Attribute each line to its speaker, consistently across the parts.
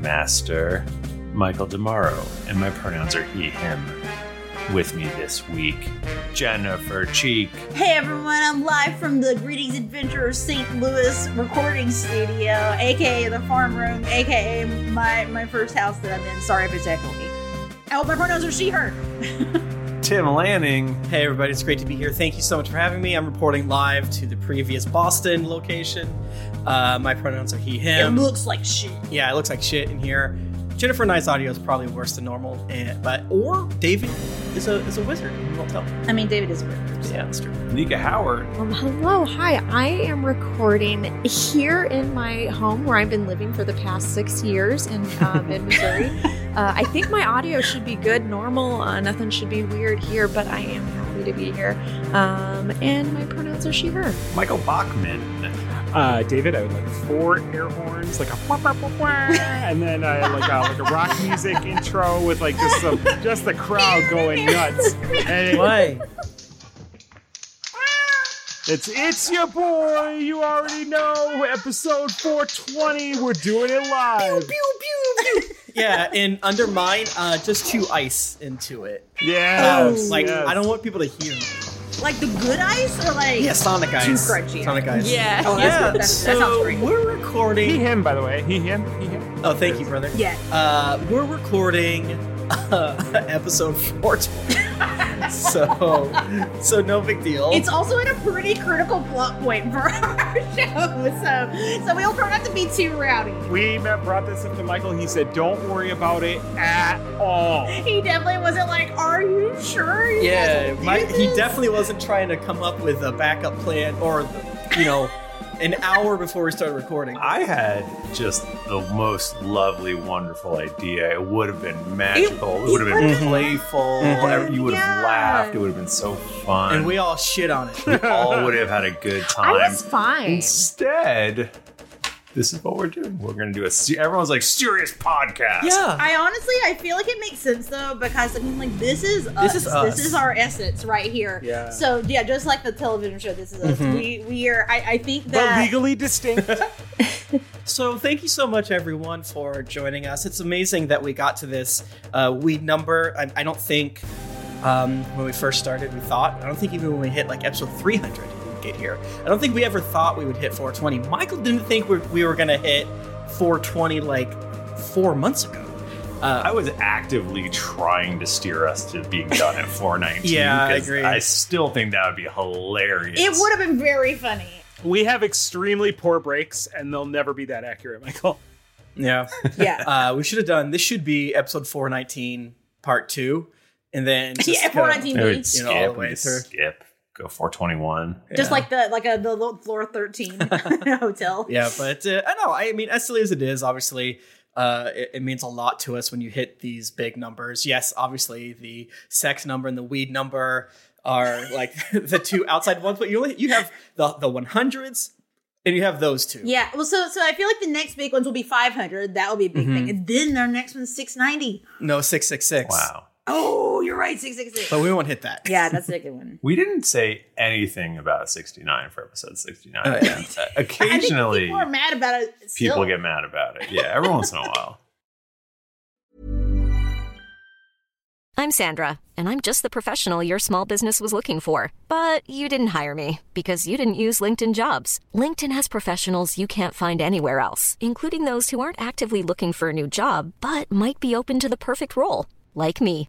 Speaker 1: master, Michael DeMauro, and my pronouns are he, him. With me this week, Jennifer Cheek.
Speaker 2: Hey everyone, I'm live from the Greetings Adventurers St. Louis recording studio, aka the farm room, aka my, my first house that I'm in. Sorry if it's echoey. Oh, my pronouns are she, her.
Speaker 1: Tim Lanning.
Speaker 3: Hey, everybody, it's great to be here. Thank you so much for having me. I'm reporting live to the previous Boston location. Uh, my pronouns are he,
Speaker 2: It
Speaker 3: him.
Speaker 2: looks like shit.
Speaker 3: yeah, it looks like shit in here. Jennifer Knight's audio is probably worse than normal, and, but or David is a is a wizard. We won't tell.
Speaker 2: I mean, David is weird.
Speaker 3: Yeah, that's true.
Speaker 1: Nika Howard.
Speaker 4: Um, hello, hi. I am recording here in my home where I've been living for the past six years in uh, mid Missouri. Uh, I think my audio should be good, normal. Uh, nothing should be weird here, but I am happy to be here. Um, and my pronouns are she, her.
Speaker 1: Michael Bachman.
Speaker 5: Uh, David, I would like four air horns, like a wah, wah, wah, wah, and then uh, like a like a rock music intro with like just some just the crowd going nuts. And it-
Speaker 3: Why?
Speaker 5: it's it's your boy. You already know episode 420. We're doing it live.
Speaker 3: yeah, and undermine uh, just chew ice into it.
Speaker 5: Yes,
Speaker 3: like
Speaker 5: yes.
Speaker 3: I don't want people to hear. me.
Speaker 2: Like the good ice or like
Speaker 3: Yeah, Sonic ice.
Speaker 2: crunchy.
Speaker 3: Sonic ice.
Speaker 4: Yeah.
Speaker 2: Oh, that's
Speaker 3: yeah.
Speaker 2: good. That- that sounds
Speaker 3: so
Speaker 2: great.
Speaker 3: we're
Speaker 5: He
Speaker 3: recording.
Speaker 5: him by the way. He him. He him.
Speaker 3: Oh, thank you, brother.
Speaker 2: Yeah.
Speaker 3: Uh, we're recording uh, episode 14. so, so no big deal.
Speaker 2: It's also at a pretty critical plot point for our show, so so we all try not to be too rowdy.
Speaker 5: We met, brought this up to Michael. He said, "Don't worry about it at all."
Speaker 2: He definitely wasn't like, "Are you sure?" you guys
Speaker 3: yeah,
Speaker 2: will do
Speaker 3: my, he
Speaker 2: this?"
Speaker 3: definitely wasn't trying to come up with a backup plan or, you know, an hour before we started recording.
Speaker 1: I had just the most lovely, wonderful idea. It would have been magical. It,
Speaker 2: it
Speaker 1: would have been
Speaker 2: would've been-
Speaker 1: playful.
Speaker 3: Mhm.
Speaker 1: Every- You would have
Speaker 4: Yeah.
Speaker 1: laughed. It would have been so fun.
Speaker 3: And we all shit on it.
Speaker 1: We all would have had a good
Speaker 4: I
Speaker 1: time.
Speaker 4: was fine.
Speaker 1: Instead, this is what we're doing. We're going to do a. se- Everyone's like, serious podcast.
Speaker 3: Yeah.
Speaker 2: I honestly, I feel like it makes sense though because I mean, like this is us.
Speaker 3: is us.
Speaker 2: This is our essence right here.
Speaker 3: Yeah.
Speaker 2: So yeah, just like the television show, this is us.
Speaker 3: Mhm.
Speaker 2: We we are. I, I think
Speaker 5: But
Speaker 2: that
Speaker 5: legally distinct.
Speaker 3: So thank you so much, everyone, for joining us. It's amazing that we got to this. Uh, we number. I, I don't think um, when we first started, we thought. I don't think even when we hit like episode 300, we would get here. I don't think we ever thought we would hit 420. Michael didn't think we, we were gonna hit 420 like four months ago.
Speaker 1: Uh, I was actively trying to steer us to being done at 419.
Speaker 3: Yeah, I
Speaker 1: 'cause
Speaker 3: agree.
Speaker 1: I still think that would be hilarious.
Speaker 2: it would have been very funny.
Speaker 5: we have extremely poor breaks, and they'll never be that accurate, Michael.
Speaker 3: Yeah.
Speaker 2: Yeah.
Speaker 3: uh, we should have done. This should be episode 419, part two, and then just
Speaker 2: yeah.
Speaker 3: go-
Speaker 2: Everyone on
Speaker 1: It would
Speaker 2: TV.
Speaker 3: You
Speaker 1: skip.
Speaker 3: know, all the
Speaker 1: we
Speaker 3: way
Speaker 1: could
Speaker 3: through.
Speaker 1: skip. Go 421.
Speaker 2: Just
Speaker 3: Yeah.
Speaker 2: like the like a the little floor thirteen hotel.
Speaker 3: yeah but uh, i know i mean as silly as it is obviously uh, it, it means a lot to us when you hit these big numbers yes obviously the sex number and the weed number are like the two outside ones but you only you have the the 100s and you have those two
Speaker 2: Yeah. Well, so so I feel like the next big ones will be five hundred. That will be a big
Speaker 3: Mm-hmm.
Speaker 2: thing, and then our next one's six ninety.
Speaker 3: no 666
Speaker 1: Wow.
Speaker 2: Oh, you're right, six six six.
Speaker 3: but we won't hit that
Speaker 2: Yeah, that's a good one.
Speaker 1: We didn't say anything about 69 for episode 69.
Speaker 3: Oh, yeah.
Speaker 1: Uh,
Speaker 2: I think
Speaker 1: Occasionally,
Speaker 2: people are mad about it. Still.
Speaker 1: people get mad about it. Yeah, every once in a while.
Speaker 6: I'm Sandra, and I'm just the professional your small business was looking for. But you didn't hire me because you didn't use LinkedIn jobs. LinkedIn has professionals you can't find anywhere else, including those who aren't actively looking for a new job but might be open to the perfect role, like me.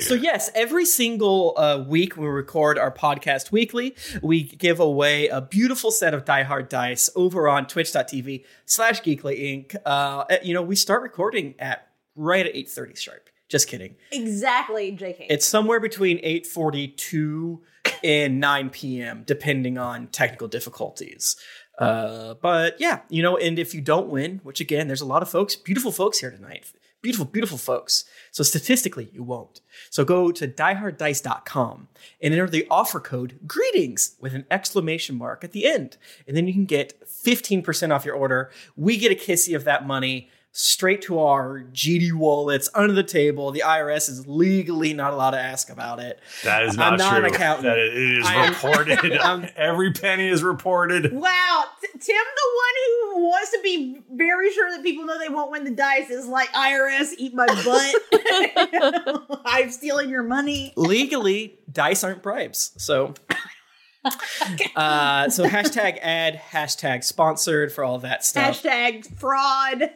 Speaker 3: So yes, every single uh, week we record our podcast weekly. We give away a beautiful set of Die Hard dice over on twitch.tv slash geekly inc. Uh, at- you know, we start recording at right at 8.30 sharp. Just kidding.
Speaker 2: Exactly, JK.
Speaker 3: It's somewhere between 8.42 and 9 p.m., depending on technical difficulties. Uh, but yeah, you know, and if you don't win, which again, there's a lot of folks, beautiful folks here tonight. Beautiful, beautiful folks. So statistically, you won't. So go to dieharddice.com and enter the offer code greetings with an exclamation mark at the end. And then you can get 15% off your order. We get a kissy of that money straight to our GD wallets under the table. The IRS is legally not allowed to ask about it.
Speaker 1: That is not
Speaker 3: I'm not
Speaker 1: true.
Speaker 3: an accountant.
Speaker 1: That is- it is
Speaker 3: I am-
Speaker 1: reported.
Speaker 3: I'm-
Speaker 1: Every penny is reported.
Speaker 2: Wow, T- Tim, the one who wants to be very sure that people know they won't win the dice is like IRS, eat my butt. I'm stealing your money.
Speaker 3: legally dice aren't bribes so uh, so hashtag ad hashtag sponsored for all that stuff
Speaker 2: Hashtag fraud.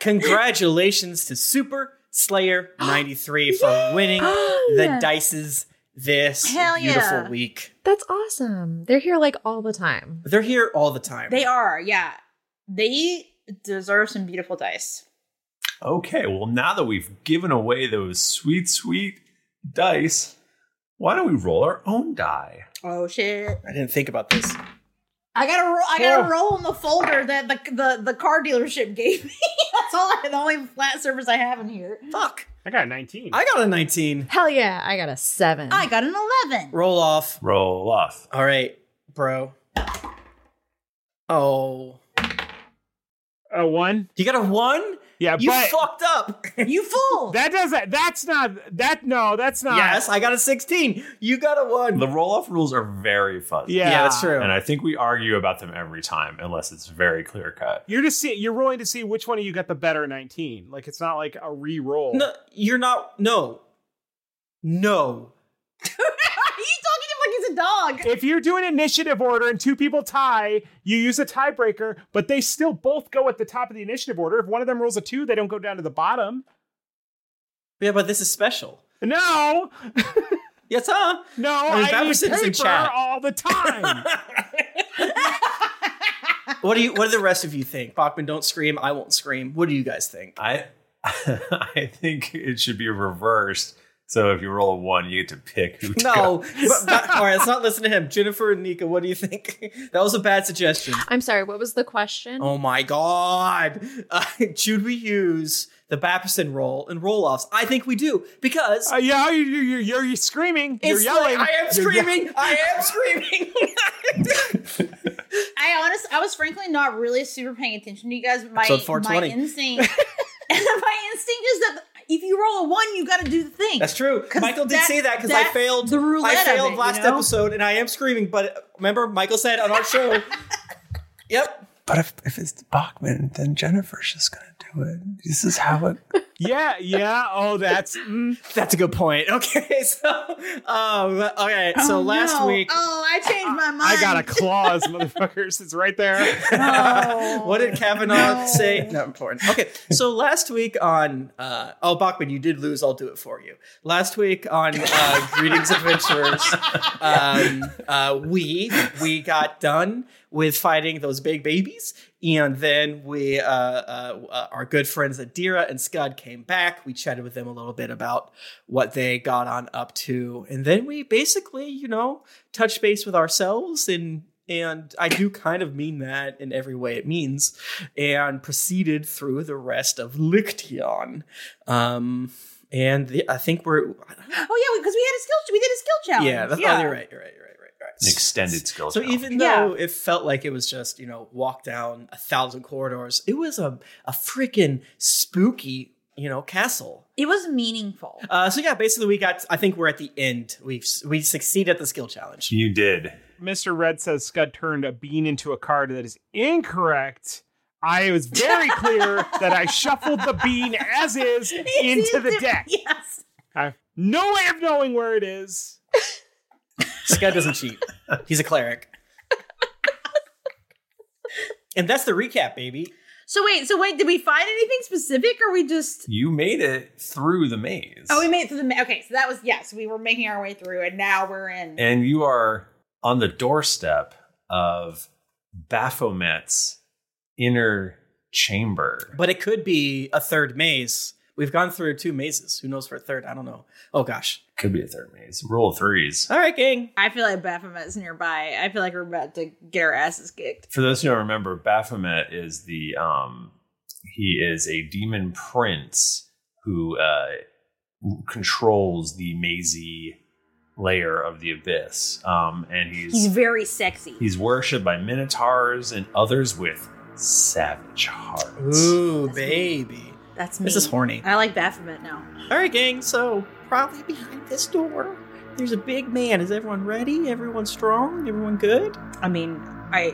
Speaker 3: congratulations to super slayer 93 for winning the
Speaker 4: Oh, Yeah.
Speaker 3: dices this
Speaker 4: Hell yeah.
Speaker 3: beautiful week
Speaker 4: That's awesome. They're here like all the time.
Speaker 3: they're here all the time
Speaker 2: They are, yeah. They deserve some beautiful dice.
Speaker 1: Okay, well, now that we've given away those sweet, sweet dice, why don't we roll our own die?
Speaker 2: Oh shit.
Speaker 3: i didn't think about this
Speaker 2: I gotta roll. I gotta
Speaker 3: Oh.
Speaker 2: roll in the folder that the, the the car dealership gave me. That's all. I, the only flat surface I have in here.
Speaker 3: fuck
Speaker 5: I got a 19.
Speaker 3: i got a 19
Speaker 4: Hell yeah, I got a seven.
Speaker 2: I got an eleven.
Speaker 3: roll off
Speaker 1: Roll off.
Speaker 3: all right bro oh
Speaker 5: a one.
Speaker 3: you got a one
Speaker 5: Yeah,
Speaker 3: you
Speaker 5: but
Speaker 3: fucked up
Speaker 2: You fool!
Speaker 5: that doesn't. That's not. That no. That's not.
Speaker 3: Yes, I got a 16. You got a 1.
Speaker 1: The roll off rules are very fuzzy.
Speaker 5: Yeah.
Speaker 3: yeah, that's true.
Speaker 1: And I think we argue about them every time, unless it's very clear cut.
Speaker 5: You're just see, you're rolling to see which one of you got the better 19. Like it's not like a re-roll.
Speaker 3: no, you're not. No. No.
Speaker 2: you talking to him like he's a dog?
Speaker 5: If you're doing initiative order and two people tie, you use a tiebreaker, but they still both go at the top of the initiative order. If one of them rolls a two, they don't go down to the bottom.
Speaker 3: Yeah, but this is special.
Speaker 5: No,
Speaker 3: Yes, huh?
Speaker 5: no,
Speaker 3: I mean,
Speaker 5: I,
Speaker 3: Bapper
Speaker 5: use
Speaker 3: sits in
Speaker 5: paper
Speaker 3: chat.
Speaker 5: all the time.
Speaker 3: What do you what do the rest of you think? Bachman, don't scream. I won't scream. What do you guys think?
Speaker 1: I I think it should be reversed. So if you roll a one, you get to pick who. to go.
Speaker 3: No. But- but- all right, let's not listen to him. Jennifer and Nika, what do you think? That was a bad suggestion.
Speaker 4: I'm sorry, what was the question?
Speaker 3: Oh my god. Uh, should we use the Bapperson roll and roll offs? I think we do because
Speaker 5: Uh, yeah, you, you, you, you're, you're screaming. You're
Speaker 3: it's
Speaker 5: yelling.
Speaker 3: like, I am
Speaker 5: You're yelling.
Speaker 3: screaming. I am screaming.
Speaker 2: I honest, I was frankly not really super paying attention to you guys. My
Speaker 3: Episode 420.
Speaker 2: my instinct, my instinct is that if you roll a one, you got to do the thing.
Speaker 3: That's true.
Speaker 2: 'Cause
Speaker 3: Michael did
Speaker 2: that-
Speaker 3: say that because I
Speaker 2: that-
Speaker 3: failed.
Speaker 2: the roulette
Speaker 3: I
Speaker 2: of
Speaker 3: failed
Speaker 2: it,
Speaker 3: last
Speaker 2: you know?
Speaker 3: episode, and I am screaming. But remember, Michael said on our show. yep.
Speaker 1: But if, if it's Bachman, then Jennifer's just gonna do it. This is how it.
Speaker 5: Yeah, yeah. Oh, that's. mm.
Speaker 3: That's a good point. Okay, so um, okay, so
Speaker 2: Oh,
Speaker 3: last
Speaker 2: no.
Speaker 3: week,
Speaker 2: Oh, I changed my mind.
Speaker 5: I got a clause, motherfuckers. It's right there.
Speaker 2: Oh.
Speaker 3: what did Kavanaugh
Speaker 2: No.
Speaker 3: say? Not important. Okay, so last week on uh, oh Bachman, you did lose. I'll do it for you. Last week on uh, Greetings Adventurers, um, uh, we we got done with fighting those big babies, and then we uh, uh, uh, our good friends Adira and Scud came back. We chatted with them a little bit about what they got on up to, and then we basically, you know, touch base with ourselves and and I do kind of mean that in every way it means, and proceeded through the rest of Liction. Um, and the, I think we're
Speaker 2: Oh yeah, because we, had a skill. We did a skill challenge.
Speaker 3: yeah, that's, Oh, you're right, you're right, you're right, you're right.
Speaker 1: An extended skill
Speaker 3: So
Speaker 1: challenge.
Speaker 3: even though it felt like it was just you know walk down a thousand corridors, it was a a freaking spooky you know castle.
Speaker 2: It was meaningful.
Speaker 3: Uh, so yeah, basically we got. I think we're at the end. We've we succeed at the skill challenge.
Speaker 1: You did.
Speaker 5: Mr. Red says Scud turned a bean into a card that is incorrect. I was very clear that I shuffled the bean as is into the deck.
Speaker 2: Yes.
Speaker 5: I have no way of knowing where it is.
Speaker 3: This guy doesn't cheat. He's a cleric. and that's the recap, baby.
Speaker 2: So wait, so wait, did we find anything specific, or we just?
Speaker 1: You made it through the maze.
Speaker 2: Oh, we made it through the. ma- Okay, so that was yes. We were making our way through, and now we're in.
Speaker 1: And you are on the doorstep of Baphomet's inner chamber.
Speaker 3: But it could be a third maze. We've gone through two mazes. Who knows for a third? I don't know. Oh gosh.
Speaker 1: Could be a third maze. Roll of threes.
Speaker 3: All right, gang.
Speaker 2: I feel like Baphomet's nearby. I feel like we're about to get our asses kicked.
Speaker 1: For those who don't remember, Baphomet is the um he is a demon prince who uh controls the mazy layer of the abyss. Um and he's
Speaker 2: He's very sexy.
Speaker 1: he's worshipped by minotaurs and others with savage hearts.
Speaker 3: Ooh, baby.
Speaker 2: That's me.
Speaker 3: This is horny.
Speaker 2: I like Baphomet now.
Speaker 3: All right, gang. So probably behind this door, there's a big man. Is everyone ready? Everyone strong? Everyone good?
Speaker 2: I mean, I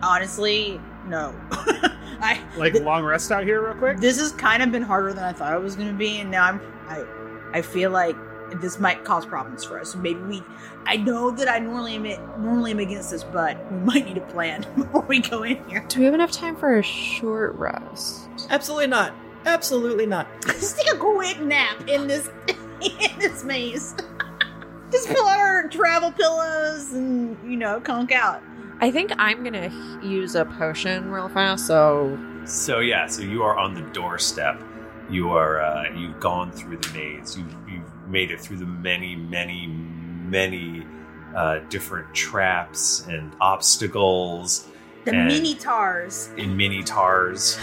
Speaker 2: honestly no. I
Speaker 5: Like long rest out here, real quick.
Speaker 2: this has kind of been harder than I thought it was going to be, and now I'm I I feel like this might cause problems for us. So maybe we I know that I normally am normally am against this, but we might need a plan before we go in here.
Speaker 4: Do we have enough time for a short rest?
Speaker 3: Absolutely not. Absolutely not.
Speaker 2: Just take a quick nap in this in this maze. Just pull out our travel pillows and you know conk out.
Speaker 4: I think I'm gonna h- use a potion real fast. So
Speaker 1: So yeah, so you are on the doorstep. You are uh, you've gone through the maze. You've you've made it through the many, many, many uh, different traps and obstacles.
Speaker 2: The
Speaker 1: and,
Speaker 2: mini tars.
Speaker 1: and minotaurs.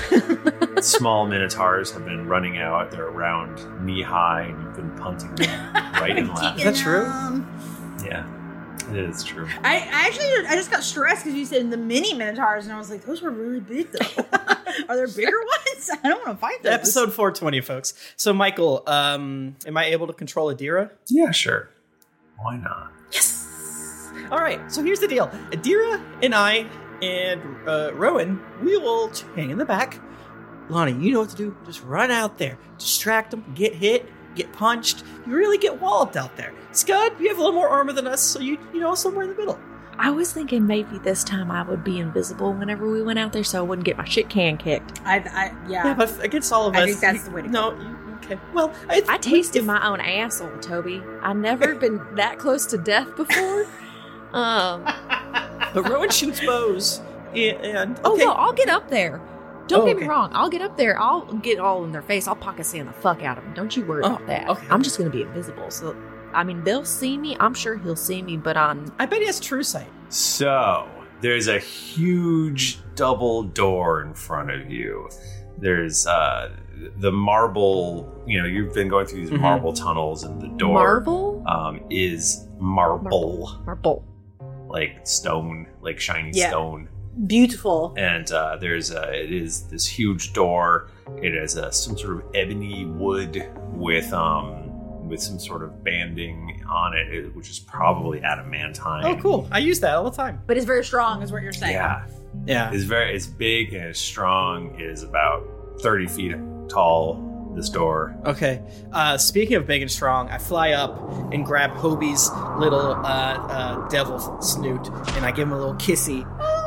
Speaker 1: Small minotaurs have been running out. They're around knee high, and you've been punting them right and left.
Speaker 3: Is that true?
Speaker 1: Yeah, it is true.
Speaker 2: um, I, I actually I just got stressed because you said the mini minotaurs and I was like those were really big though. Are there bigger ones? I don't want to fight those.
Speaker 3: Episode 420, folks. So, Michael, um, am I able to control Adira?
Speaker 1: Yeah, sure. Why not?
Speaker 3: Yes. All right. So here's the deal. Adira and I and uh, Rowan, we will hang in the back. Lonnie, you know what to do. Just run out there, distract them, get hit, get punched. You really get walloped out there. Scud, you have a little more armor than us, so you you know somewhere in the middle.
Speaker 4: I was thinking maybe this time I would be invisible whenever we went out there, so I wouldn't get my shit can kicked.
Speaker 2: I, I yeah.
Speaker 3: Yeah, but against all of us,
Speaker 2: I think that's the way to go.
Speaker 3: no. you- Okay. Well, I,
Speaker 4: I tasted my own asshole, Toby. I've never been that close to death before. Um.
Speaker 3: But Rowan shoots bows, and, and
Speaker 4: Oh
Speaker 3: okay.
Speaker 4: no, I'll get up there. Don't
Speaker 3: Oh,
Speaker 4: get me
Speaker 3: okay.
Speaker 4: wrong. I'll get up there. I'll get all in their face. I'll pocket sand the fuck out of them. Don't you worry
Speaker 3: Oh,
Speaker 4: about that.
Speaker 3: okay.
Speaker 4: I'm just gonna be invisible. So, I mean, they'll see me. I'm sure he'll see me, but um, on
Speaker 3: I bet he has true sight.
Speaker 1: So, there's a huge double door in front of you. There's uh, the marble, you know, you've been going through these
Speaker 3: Mhm.
Speaker 1: marble tunnels, and the door
Speaker 4: marble,
Speaker 1: um, is marble,
Speaker 4: marble.
Speaker 1: like stone, like shiny
Speaker 2: Yeah.
Speaker 1: stone.
Speaker 2: Beautiful.
Speaker 1: And uh, there's a, it is this huge door. It has a, some sort of ebony wood with um with some sort of banding on it, it- which is probably adamantine.
Speaker 3: Oh, cool! I use that all the time.
Speaker 2: But it's very strong, is what you're saying.
Speaker 1: Yeah.
Speaker 3: Yeah.
Speaker 1: is very it's big and it's strong It is about 30 feet tall this door
Speaker 3: Okay. Uh, speaking of big and strong, I fly up and grab Hobie's little uh, uh, devil snoot, and I give him a little kissy,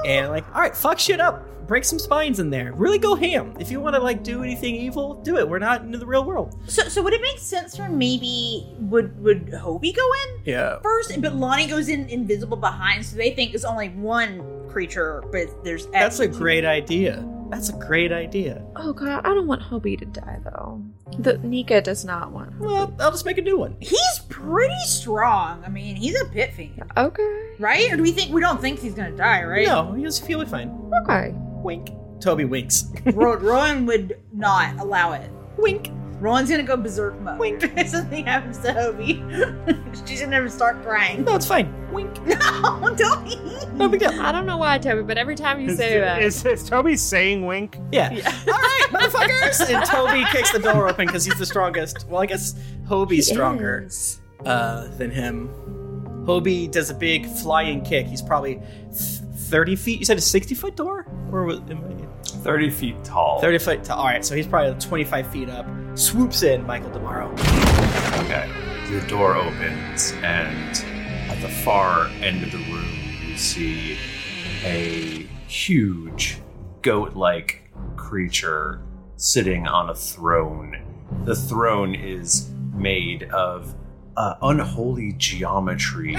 Speaker 3: and like, all right, fuck shit up, break some spines in there, really go ham. If you want to like do anything evil, do it. We're not into the real world.
Speaker 2: So so would it make sense for maybe would would Hobie go in
Speaker 3: Yeah.
Speaker 2: first? But Lonnie goes in invisible behind, so they think it's only one creature, but there's e-
Speaker 3: That's a
Speaker 2: actually two.
Speaker 3: great idea. That's a great idea.
Speaker 4: Oh god, I don't want Hobie to die though. The Nika does not want.
Speaker 3: Well, I'll just make a new one.
Speaker 2: He's pretty strong. I mean, he's a pit fiend.
Speaker 4: Okay.
Speaker 2: Right? Or do we think we don't think he's gonna die, right?
Speaker 3: No, he was feeling fine.
Speaker 4: Okay.
Speaker 3: Wink. Toby winks.
Speaker 2: Ro- Rowan would not allow it.
Speaker 3: Wink.
Speaker 2: Rowan's gonna go berserk mode. Wink. If something happens to Hobie, she's gonna start crying.
Speaker 3: No, it's fine. Wink.
Speaker 2: No, don't.
Speaker 3: No big deal.
Speaker 4: I don't know why, Toby, but every time you
Speaker 5: Is,
Speaker 4: say that,
Speaker 5: is, is Toby saying wink?
Speaker 3: Yeah. All right, motherfuckers! And Toby kicks the door open because he's the strongest. Well, I guess Hobie's stronger
Speaker 4: Yes.
Speaker 3: uh, than him. Hobie does a big flying kick. He's probably th- 30 feet. You said a 60 foot door? Or was, am
Speaker 1: Thirty feet tall.
Speaker 3: I- 30 foot. Tall. All right, so he's probably 25 feet up. Swoops in, Michael DeMorrow.
Speaker 1: Okay. The door opens, and at the far end of the room, you see a huge goat like creature sitting on a throne. The throne is made of uh, unholy geometry.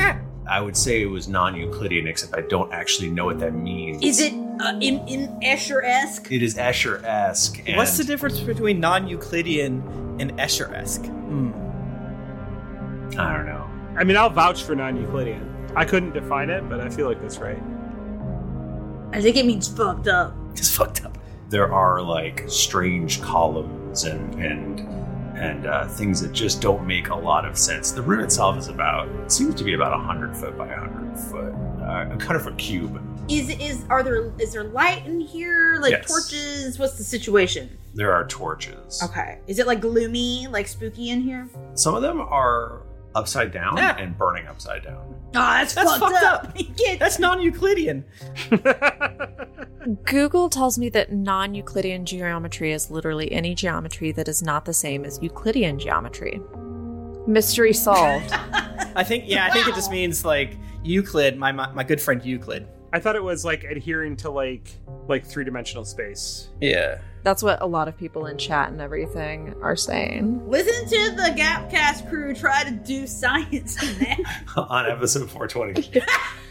Speaker 1: I would say it was non Euclidean, except I don't actually know what that means.
Speaker 2: Is it uh, in in Escher esque?
Speaker 1: It is Escher esque.
Speaker 3: What's the difference between non Euclidean and Escher esque? Hmm.
Speaker 1: difference? I don't know.
Speaker 5: I mean, I'll vouch for non Euclidean. I couldn't define it, but I feel like that's right.
Speaker 2: I think it means fucked up.
Speaker 3: It's fucked up.
Speaker 1: there are like strange columns and and and uh, things that just don't make a lot of sense. The room itself is about it seems to be about hundred foot by hundred foot, uh, a kind of a cube.
Speaker 2: Is is are there is there light in here? Like
Speaker 1: Yes.
Speaker 2: torches? What's the situation?
Speaker 1: There are torches.
Speaker 2: Okay. Is it like gloomy, like spooky in here?
Speaker 1: Some of them are upside down
Speaker 3: Yeah.
Speaker 1: and burning upside down.
Speaker 2: Oh, that's,
Speaker 3: That's
Speaker 2: fucked,
Speaker 3: fucked
Speaker 2: up.
Speaker 3: up.
Speaker 2: You can't-
Speaker 3: That's non Euclidean.
Speaker 4: Google tells me that non Euclidean geometry is literally any geometry that is not the same as Euclidean geometry. Mystery solved.
Speaker 3: I think, yeah, I think it just means like Euclid, my, my, my good friend Euclid.
Speaker 5: I thought it was like adhering to like like three dimensional space.
Speaker 3: Yeah.
Speaker 4: That's what a lot of people in chat and everything are saying.
Speaker 2: Listen to the Gapcast crew try to do science in that.
Speaker 1: On episode four twenty,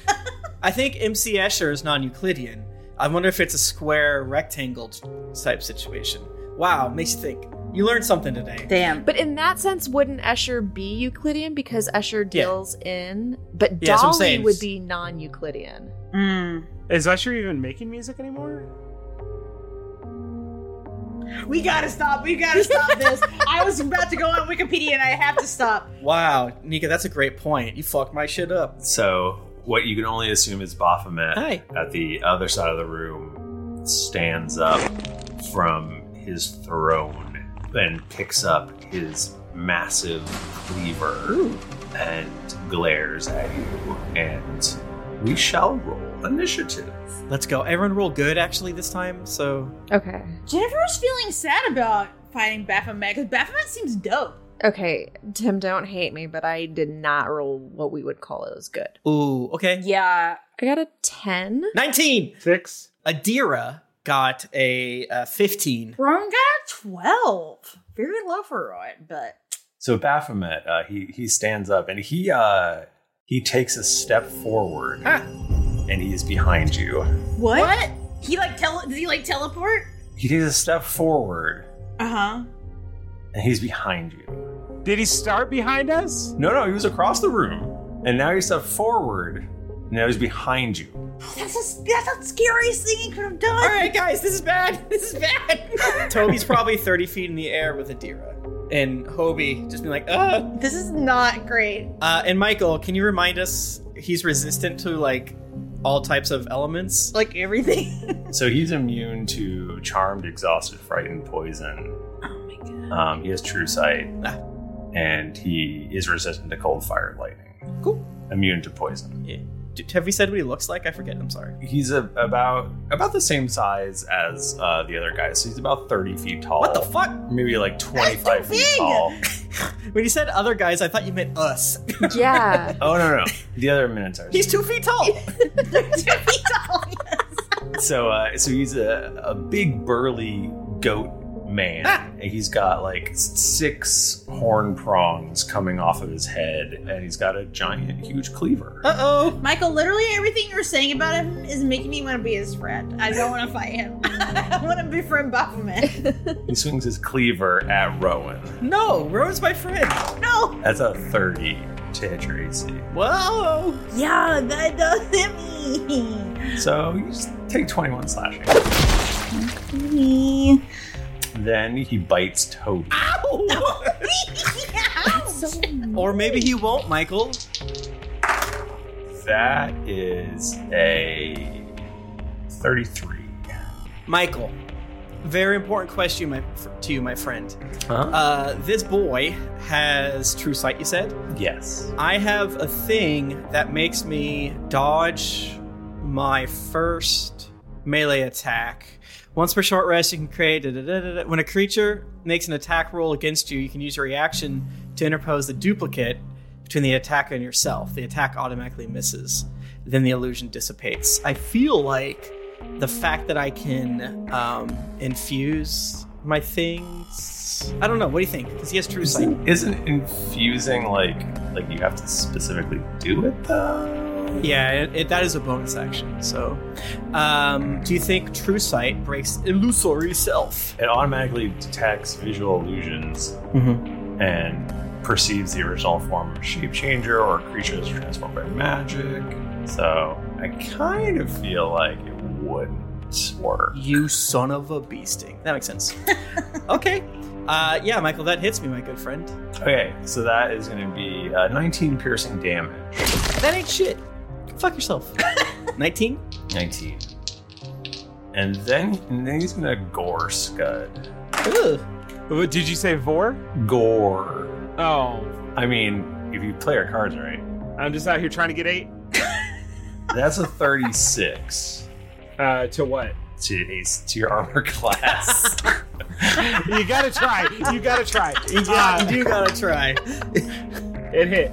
Speaker 3: I think MC Escher is non-Euclidean. I wonder if it's a square rectangle t- type situation. Wow, makes you think. You learned something today.
Speaker 2: Damn.
Speaker 4: But in that sense, wouldn't Escher be Euclidean because Escher
Speaker 3: Yeah.
Speaker 4: deals in, but
Speaker 3: Yeah, that's what I'm
Speaker 4: Dolly
Speaker 3: saying.
Speaker 4: would be non Euclidean.
Speaker 2: Mm.
Speaker 5: Is Usher even making music anymore?
Speaker 2: We gotta stop. We gotta stop this. I was about to go on Wikipedia and I have to stop.
Speaker 3: Wow, Nika, that's a great point. You fucked my shit up.
Speaker 1: so what you can only assume is Baphomet
Speaker 3: Hi.
Speaker 1: at the other side of the room stands up from his throne and picks up his massive cleaver and glares at you. And we shall roll initiative.
Speaker 3: Let's go. Everyone roll good actually this time. So
Speaker 4: Okay.
Speaker 2: Jennifer's feeling sad about fighting Baphomet because Baphomet seems dope.
Speaker 4: Okay, Tim, don't hate me, but I did not roll what we would call it as good.
Speaker 3: ooh, okay.
Speaker 2: Yeah.
Speaker 4: I got a 10.
Speaker 3: Nineteen.
Speaker 5: Six.
Speaker 3: Adira got a uh, fifteen.
Speaker 2: Rowan got a 12. Very low for Rowan, but.
Speaker 1: So Baphomet, uh, he he stands up and he uh, he takes a step forward,
Speaker 2: Ah.
Speaker 1: and he is behind you.
Speaker 2: What? He like tele. Does he like teleport?
Speaker 1: He takes a step forward,
Speaker 2: Uh huh.
Speaker 1: and he's behind you.
Speaker 5: Did he start behind us?
Speaker 1: No, no, he was across the room, and now he stepped forward. and Now he's behind you.
Speaker 2: Oh, That's a, that's the scariest thing he could have done.
Speaker 3: All right, guys, this is bad. This is bad. Toby's probably thirty feet in the air with Adira, and Hobie just being like, uh.
Speaker 2: This is not great.
Speaker 3: Uh, and Michael, can you remind us he's resistant to like all types of elements?
Speaker 2: Like everything.
Speaker 1: So he's immune to charmed, exhausted, frightened, poison. Oh my god. Um, he has true sight,
Speaker 3: Ah.
Speaker 1: and he is resistant to cold, fire, and lightning.
Speaker 3: Cool.
Speaker 1: Immune to poison.
Speaker 3: D- Have we said what he looks like? I forget. I'm sorry.
Speaker 1: He's a, about about the same size as uh, the other guy, so he's about thirty feet tall.
Speaker 3: What the fuck?
Speaker 1: Maybe like twenty five feet
Speaker 2: big!
Speaker 1: tall.
Speaker 3: When you said other guys, I thought you meant us.
Speaker 4: Yeah.
Speaker 1: Oh no no, the other minotaurs.
Speaker 3: He's two feet tall.
Speaker 1: so uh, so he's a, a big burly goat man. And He's got like six horn prongs coming off of his head, and he's got a giant, huge cleaver.
Speaker 3: Uh oh.
Speaker 2: Michael, literally everything you're saying about him is making me want to be his friend. I don't want to fight him. I want to befriend Baphomet.
Speaker 1: He swings his cleaver at Rowan.
Speaker 3: No, Rowan's my friend.
Speaker 2: No.
Speaker 1: That's a 30 to hit your AC.
Speaker 3: Whoa.
Speaker 2: Yeah, that does hit me.
Speaker 1: So you just take 21 slashing.
Speaker 2: Me.
Speaker 1: Then he bites Toby.
Speaker 3: Or maybe he won't, Michael.
Speaker 1: That is a 33.
Speaker 3: Michael, very important question my, f- to you, my friend.
Speaker 1: Huh?
Speaker 3: Uh, this boy has true sight, you said?
Speaker 1: yes.
Speaker 3: I have a thing that makes me dodge my first melee attack. Once per short rest, you can create. Da, da, da, da, da. When a creature makes an attack roll against you, you can use your reaction to interpose the duplicate between the attack and yourself. The attack automatically misses, then the illusion dissipates. I feel like the fact that I can um, infuse my things. I don't know. What do you think? Because he has true sight.
Speaker 1: Isn't infusing like like you have to specifically do it though?
Speaker 3: Yeah, it, it, that is a bonus action. So, um, do you think True Sight breaks illusory self?
Speaker 1: It automatically detects visual illusions Mm-hmm. and perceives the original form of a shapechanger or creatures transformed by magic. So I kind of feel like it wouldn't work.
Speaker 3: You son of a beasting. That makes sense. okay. Uh, yeah, Michael, that hits me, my good friend.
Speaker 1: Okay, so that is going to be uh, 19 piercing damage.
Speaker 3: That ain't shit. Fuck yourself. 19?
Speaker 1: 19. And then, and then he's going to gore Scud.
Speaker 3: Ugh.
Speaker 5: What, Did you say vor?
Speaker 1: Gore.
Speaker 5: Oh,
Speaker 1: I mean, if you play your cards right,
Speaker 5: I'm just out here trying to get eight.
Speaker 1: that's a 36
Speaker 5: Uh, to what?
Speaker 1: to, ace, to your armor class.
Speaker 5: You gotta try. You gotta try.
Speaker 3: You do gotta try.
Speaker 5: Uh, it hit.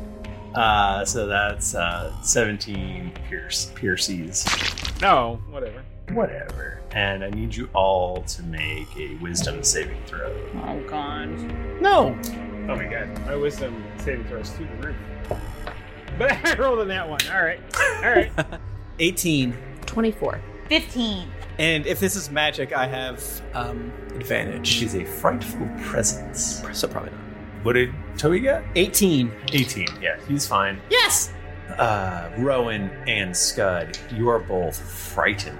Speaker 1: Uh, so that's uh, 17 pierce, pierces.
Speaker 5: No, whatever.
Speaker 1: Whatever. And I need you all to make a wisdom saving throw.
Speaker 2: Oh, God.
Speaker 3: No.
Speaker 5: Oh my god, my wisdom saving throws through the roof. But I rolled on that one. All right, all right.
Speaker 3: 18.
Speaker 4: 24.
Speaker 2: 15.
Speaker 3: And if this is magic, I have um, advantage.
Speaker 1: She's a frightful presence.
Speaker 3: So probably not.
Speaker 1: What did Toby get?
Speaker 3: 18.
Speaker 1: 18. Yeah, he's fine.
Speaker 3: Yes.
Speaker 1: Uh, Rowan and Scud, you are both frightened.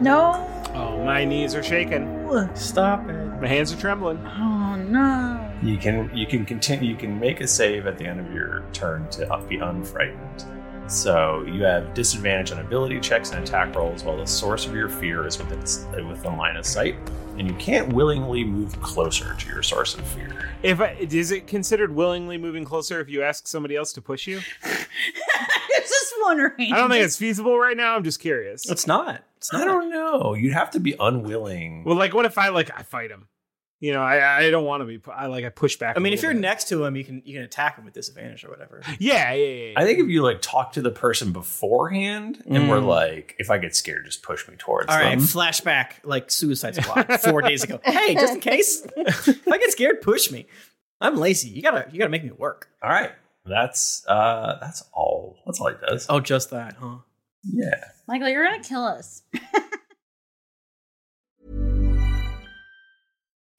Speaker 2: No.
Speaker 5: Oh, my knees are shaking.
Speaker 3: Stop it.
Speaker 5: My hands are trembling.
Speaker 2: Oh, no.
Speaker 1: You can you can continue. You can make a save at the end of your turn to up- be unfrightened. So you have disadvantage on ability checks and attack rolls, while the source of your fear is within s- within line of sight, and you can't willingly move closer to your source of fear.
Speaker 5: If I, is it considered willingly moving closer if you ask somebody else to push you?
Speaker 2: I was just wondering.
Speaker 5: I don't think it's feasible right now. I'm just curious.
Speaker 3: It's not. It's
Speaker 1: I
Speaker 3: not.
Speaker 1: don't know. You'd have to be unwilling.
Speaker 5: Well, like, what if I like I fight him? You know, I I don't want to be. pu- I like I push back. a
Speaker 3: I mean, if
Speaker 5: little
Speaker 3: you're
Speaker 5: bit.
Speaker 3: next to him, you can you can attack him with disadvantage or whatever.
Speaker 5: yeah, yeah, yeah. yeah.
Speaker 1: I think if you like talk to the person beforehand, and we're like, if I get scared, just push me towards
Speaker 3: Mm. All right,
Speaker 1: them.
Speaker 3: flashback like Suicide Squad four days ago. Hey, just in case, if I get scared, push me. I'm lazy. You gotta you gotta make me work.
Speaker 1: All right, that's uh, that's all. That's all he does.
Speaker 3: Oh, just that, huh?
Speaker 1: Yeah.
Speaker 2: Michael, you're going to kill us.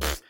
Speaker 3: Pfft,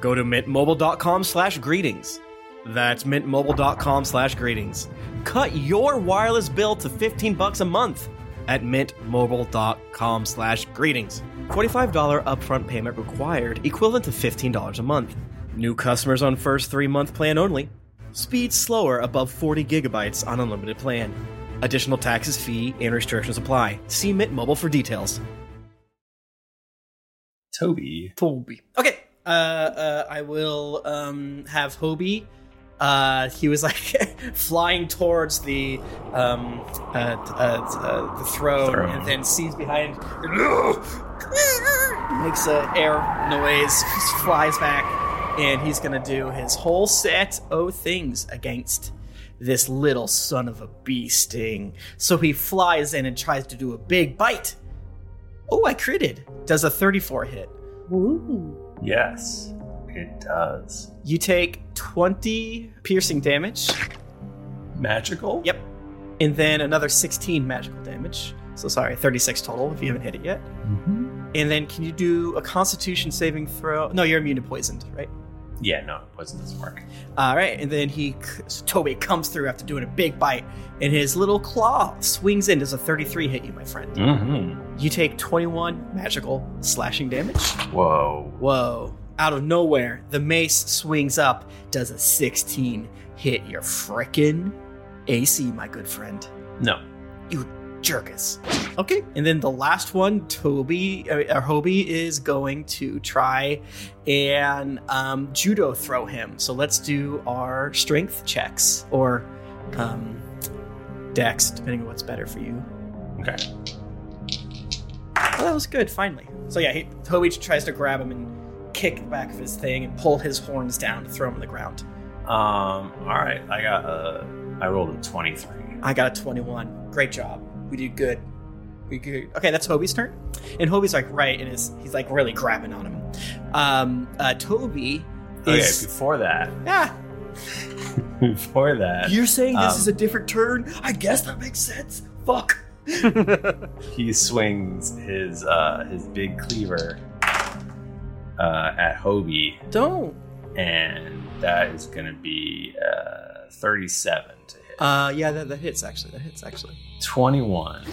Speaker 3: go to mintmobile.com slash greetings. That's mintmobile.com slash greetings. Cut your wireless bill to 15 bucks a month at mintmobile.com slash greetings. $45 upfront payment required, equivalent to $15 a month. New customers on first three-month plan only. Speed slower above 40 gigabytes on unlimited plan. Additional taxes, fee, and restrictions apply. See Mint Mobile for details.
Speaker 1: Toby.
Speaker 3: Toby. Okay. Uh, uh, I will um, have Hobie. Uh, he was like flying towards the um, uh, t- uh, t- uh, the throne,
Speaker 1: Throne.
Speaker 3: and then sees behind, makes a air noise, flies back, and he's gonna do his whole set of things against this little son of a bee sting. So he flies in and tries to do a big bite. Oh, I critted. Does a thirty-four hit?
Speaker 1: Yes, it does.
Speaker 3: You take 20 piercing damage.
Speaker 1: Magical?
Speaker 3: Yep. And then another 16 magical damage. So sorry, 36 total if you haven't hit it yet.
Speaker 1: Mm-hmm.
Speaker 3: And then can you do a constitution saving throw? No, you're immune to poisoned, right?
Speaker 1: Yeah, no, it wasn't this work.
Speaker 3: All right, and then he so Toby comes through after doing a big bite, and his little claw swings in. Does a 33 hit you, my friend?
Speaker 1: Mm-hmm.
Speaker 3: You take 21 magical slashing damage.
Speaker 1: Whoa.
Speaker 3: Whoa. out of nowhere, the mace swings up, does a 16 hit your frickin' AC, my good friend.
Speaker 1: No.
Speaker 3: You jerkus. Okay, and then the last one, Toby or Hobie is going to try and um, judo throw him. So let's do our strength checks or um, dex, depending on what's better for you.
Speaker 1: Okay.
Speaker 3: Well, Oh, that was good. Finally. So yeah, he, Hobie tries to grab him and kick the back of his thing and pull his horns down to throw him on the ground.
Speaker 1: Um. All right. I got a. I rolled a twenty-three.
Speaker 3: I got a 21. Great job. We did good. We good. Okay, that's Hobie's turn. And Hobie's like right, and is he's like really grabbing on him. Um, uh, Toby
Speaker 1: Okay.
Speaker 3: is.
Speaker 1: Oh, Before that.
Speaker 3: Ah,
Speaker 1: Before that.
Speaker 3: you're saying this
Speaker 1: um,
Speaker 3: is a different turn? I guess that makes sense. Fuck.
Speaker 1: um, he swings his uh, his big cleaver uh, at Hobie.
Speaker 3: Don't.
Speaker 1: And that is going to be uh, 37 to hit.
Speaker 3: Uh, yeah, that, that hits actually. That hits actually.
Speaker 1: 21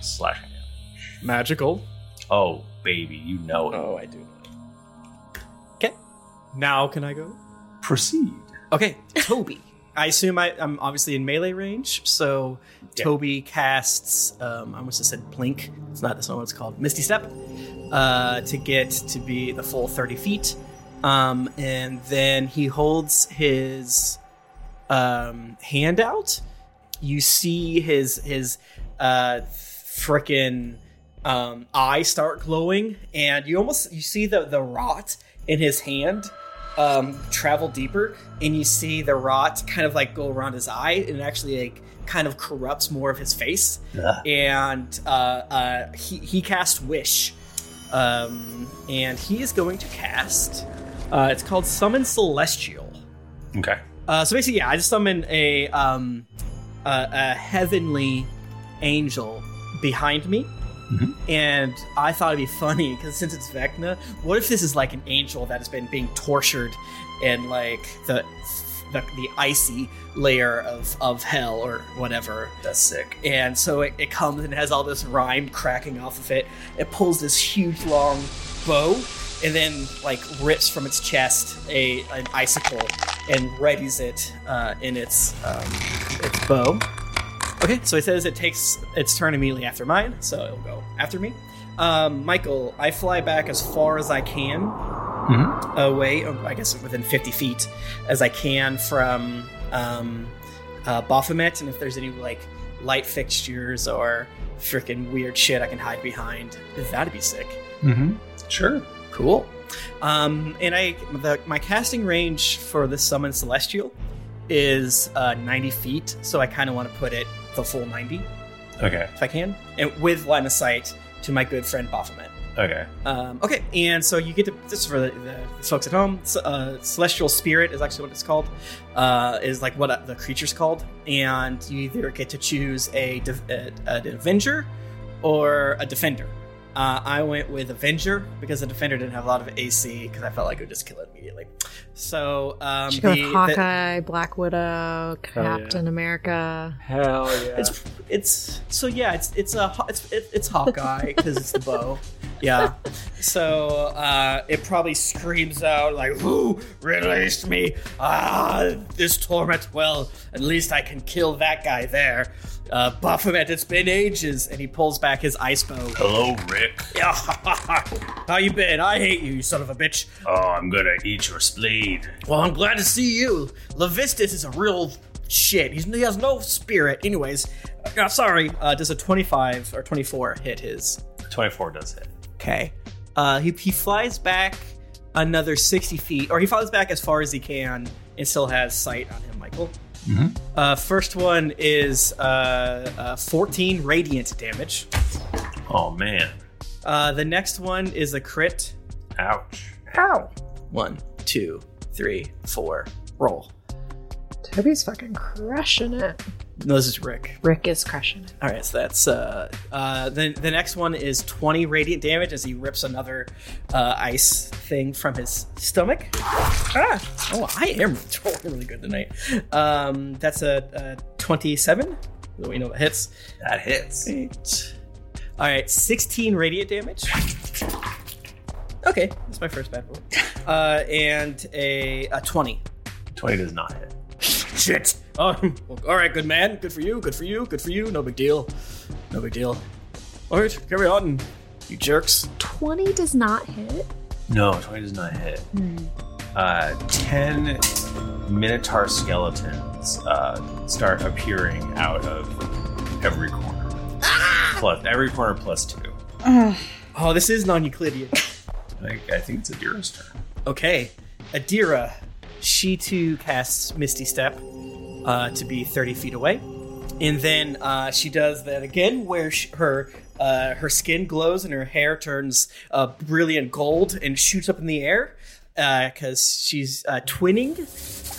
Speaker 1: slashing damage.
Speaker 7: Magical.
Speaker 1: Oh, baby, you know it.
Speaker 7: Oh, I do. Now can I go?
Speaker 1: Proceed.
Speaker 3: Okay, Toby. I assume I, I'm obviously in melee range, so
Speaker 7: Yeah.
Speaker 3: Toby casts. Um, I almost just said blink. It's not. That's not what it's called. Misty step uh, to get to be the full thirty feet, um, and then he holds his um, hand out. You see his his uh, frickin' um, eye start glowing, and you almost you see the the rot in his hand um, travel deeper, and you see the rot kind of like go around his eye, and it actually like kind of corrupts more of his face.
Speaker 1: Ugh.
Speaker 3: And uh, uh, he he casts wish, um, and he is going to cast. Uh, it's called summon celestial.
Speaker 1: Okay.
Speaker 3: Uh, so basically, yeah, I just summon a um, a, a heavenly angel behind me, and I thought it'd be funny because since it's Vecna, what if this is like an angel that has been being tortured in like the the, the icy layer of of hell or whatever?
Speaker 1: That's sick.
Speaker 3: And so it, it comes and has all this rhyme cracking off of it. It pulls this huge long bow and then like rips from its chest a an icicle and readies it uh, in its um, its bow. Okay, so it says it takes its turn immediately after mine, so it'll go after me. Um, Michael, I fly back as far as I can Mm-hmm. away, or I guess within 50 feet, as I can from um, uh, Baphomet, and if there's any like light fixtures or freaking weird shit I can hide behind, that'd be sick.
Speaker 8: Mm-hmm.
Speaker 3: Sure. Cool. Um, and I the, my casting range for this summon celestial is uh, 90 feet, so I kind of want to put it the full 90
Speaker 1: Okay.
Speaker 3: if I can, and with line of sight to my good friend Baphomet.
Speaker 1: Okay.
Speaker 3: Um, okay, and so you get to this is for the, the folks at home. s- Uh, celestial spirit is actually what it's called. Uh, is like what the creature's called, and you either get to choose a, de- a an avenger or a defender. Uh, I went with avenger because the defender didn't have a lot of AC because I felt like it would just kill it immediately. So um,
Speaker 4: Should go
Speaker 3: the-
Speaker 4: with
Speaker 3: the-
Speaker 4: Hawkeye, Black Widow,
Speaker 3: Hell yeah.
Speaker 4: Captain America.
Speaker 7: Hell yeah.
Speaker 3: It's it's so yeah. It's it's a ho- it's it, it's Hawkeye because it's the bow. Yeah. So uh, it probably screams out like, "Who released me? Ah, this torment. Well, at least I can kill that guy there." Uh, Baphomet, it's been ages, and he pulls back his ice bow.
Speaker 1: Hello, Rick.
Speaker 3: Yeah. How you been? I hate you, you son of a bitch.
Speaker 1: Oh, I'm going to eat your spleen.
Speaker 3: Well, I'm glad to see you. Levistus is a real shit. He's, he has no spirit. Anyways, uh, sorry. Uh, does a 25 or 24 hit his?
Speaker 1: 24 does hit.
Speaker 3: Okay. Uh, he, he flies back another 60 feet, or he flies back as far as he can and still has sight on him, Michael. Uh, first one is uh, uh, 14 radiant damage.
Speaker 1: Oh, man.
Speaker 3: Uh, the next one is a crit.
Speaker 1: Ouch.
Speaker 3: Ow. One, two, three, four. Roll.
Speaker 4: Toby's fucking crushing it.
Speaker 3: No, this is Rick.
Speaker 4: Rick is crushing it.
Speaker 3: All right, so that's uh, uh, then the next one is 20 radiant damage as he rips another uh, ice thing from his stomach. Ah, oh, I am rolling really good tonight. Um, that's a, a 27. We know that hits.
Speaker 1: That hits.
Speaker 3: Eight. All right, 16 radiant damage. Okay, that's my first bad roll. uh, and a, a 20.
Speaker 1: 20 does not hit.
Speaker 3: Shit. Oh, well, all right, good man. Good for you. Good for you. Good for you. No big deal. No big deal. All right, carry on, you jerks.
Speaker 4: 20 does not hit.
Speaker 1: No, 20 does not hit. Uh, 10 minotaur skeletons uh, start appearing out of every corner. Plus, every corner plus two.
Speaker 3: oh, this is non Euclidean.
Speaker 1: I, I think it's Adira's turn.
Speaker 3: Okay, Adira, she too casts Misty Step uh, to be 30 feet away. And then uh, she does that again, where sh her uh, her skin glows and her hair turns uh, brilliant gold and shoots up in the air because she's uh, twinning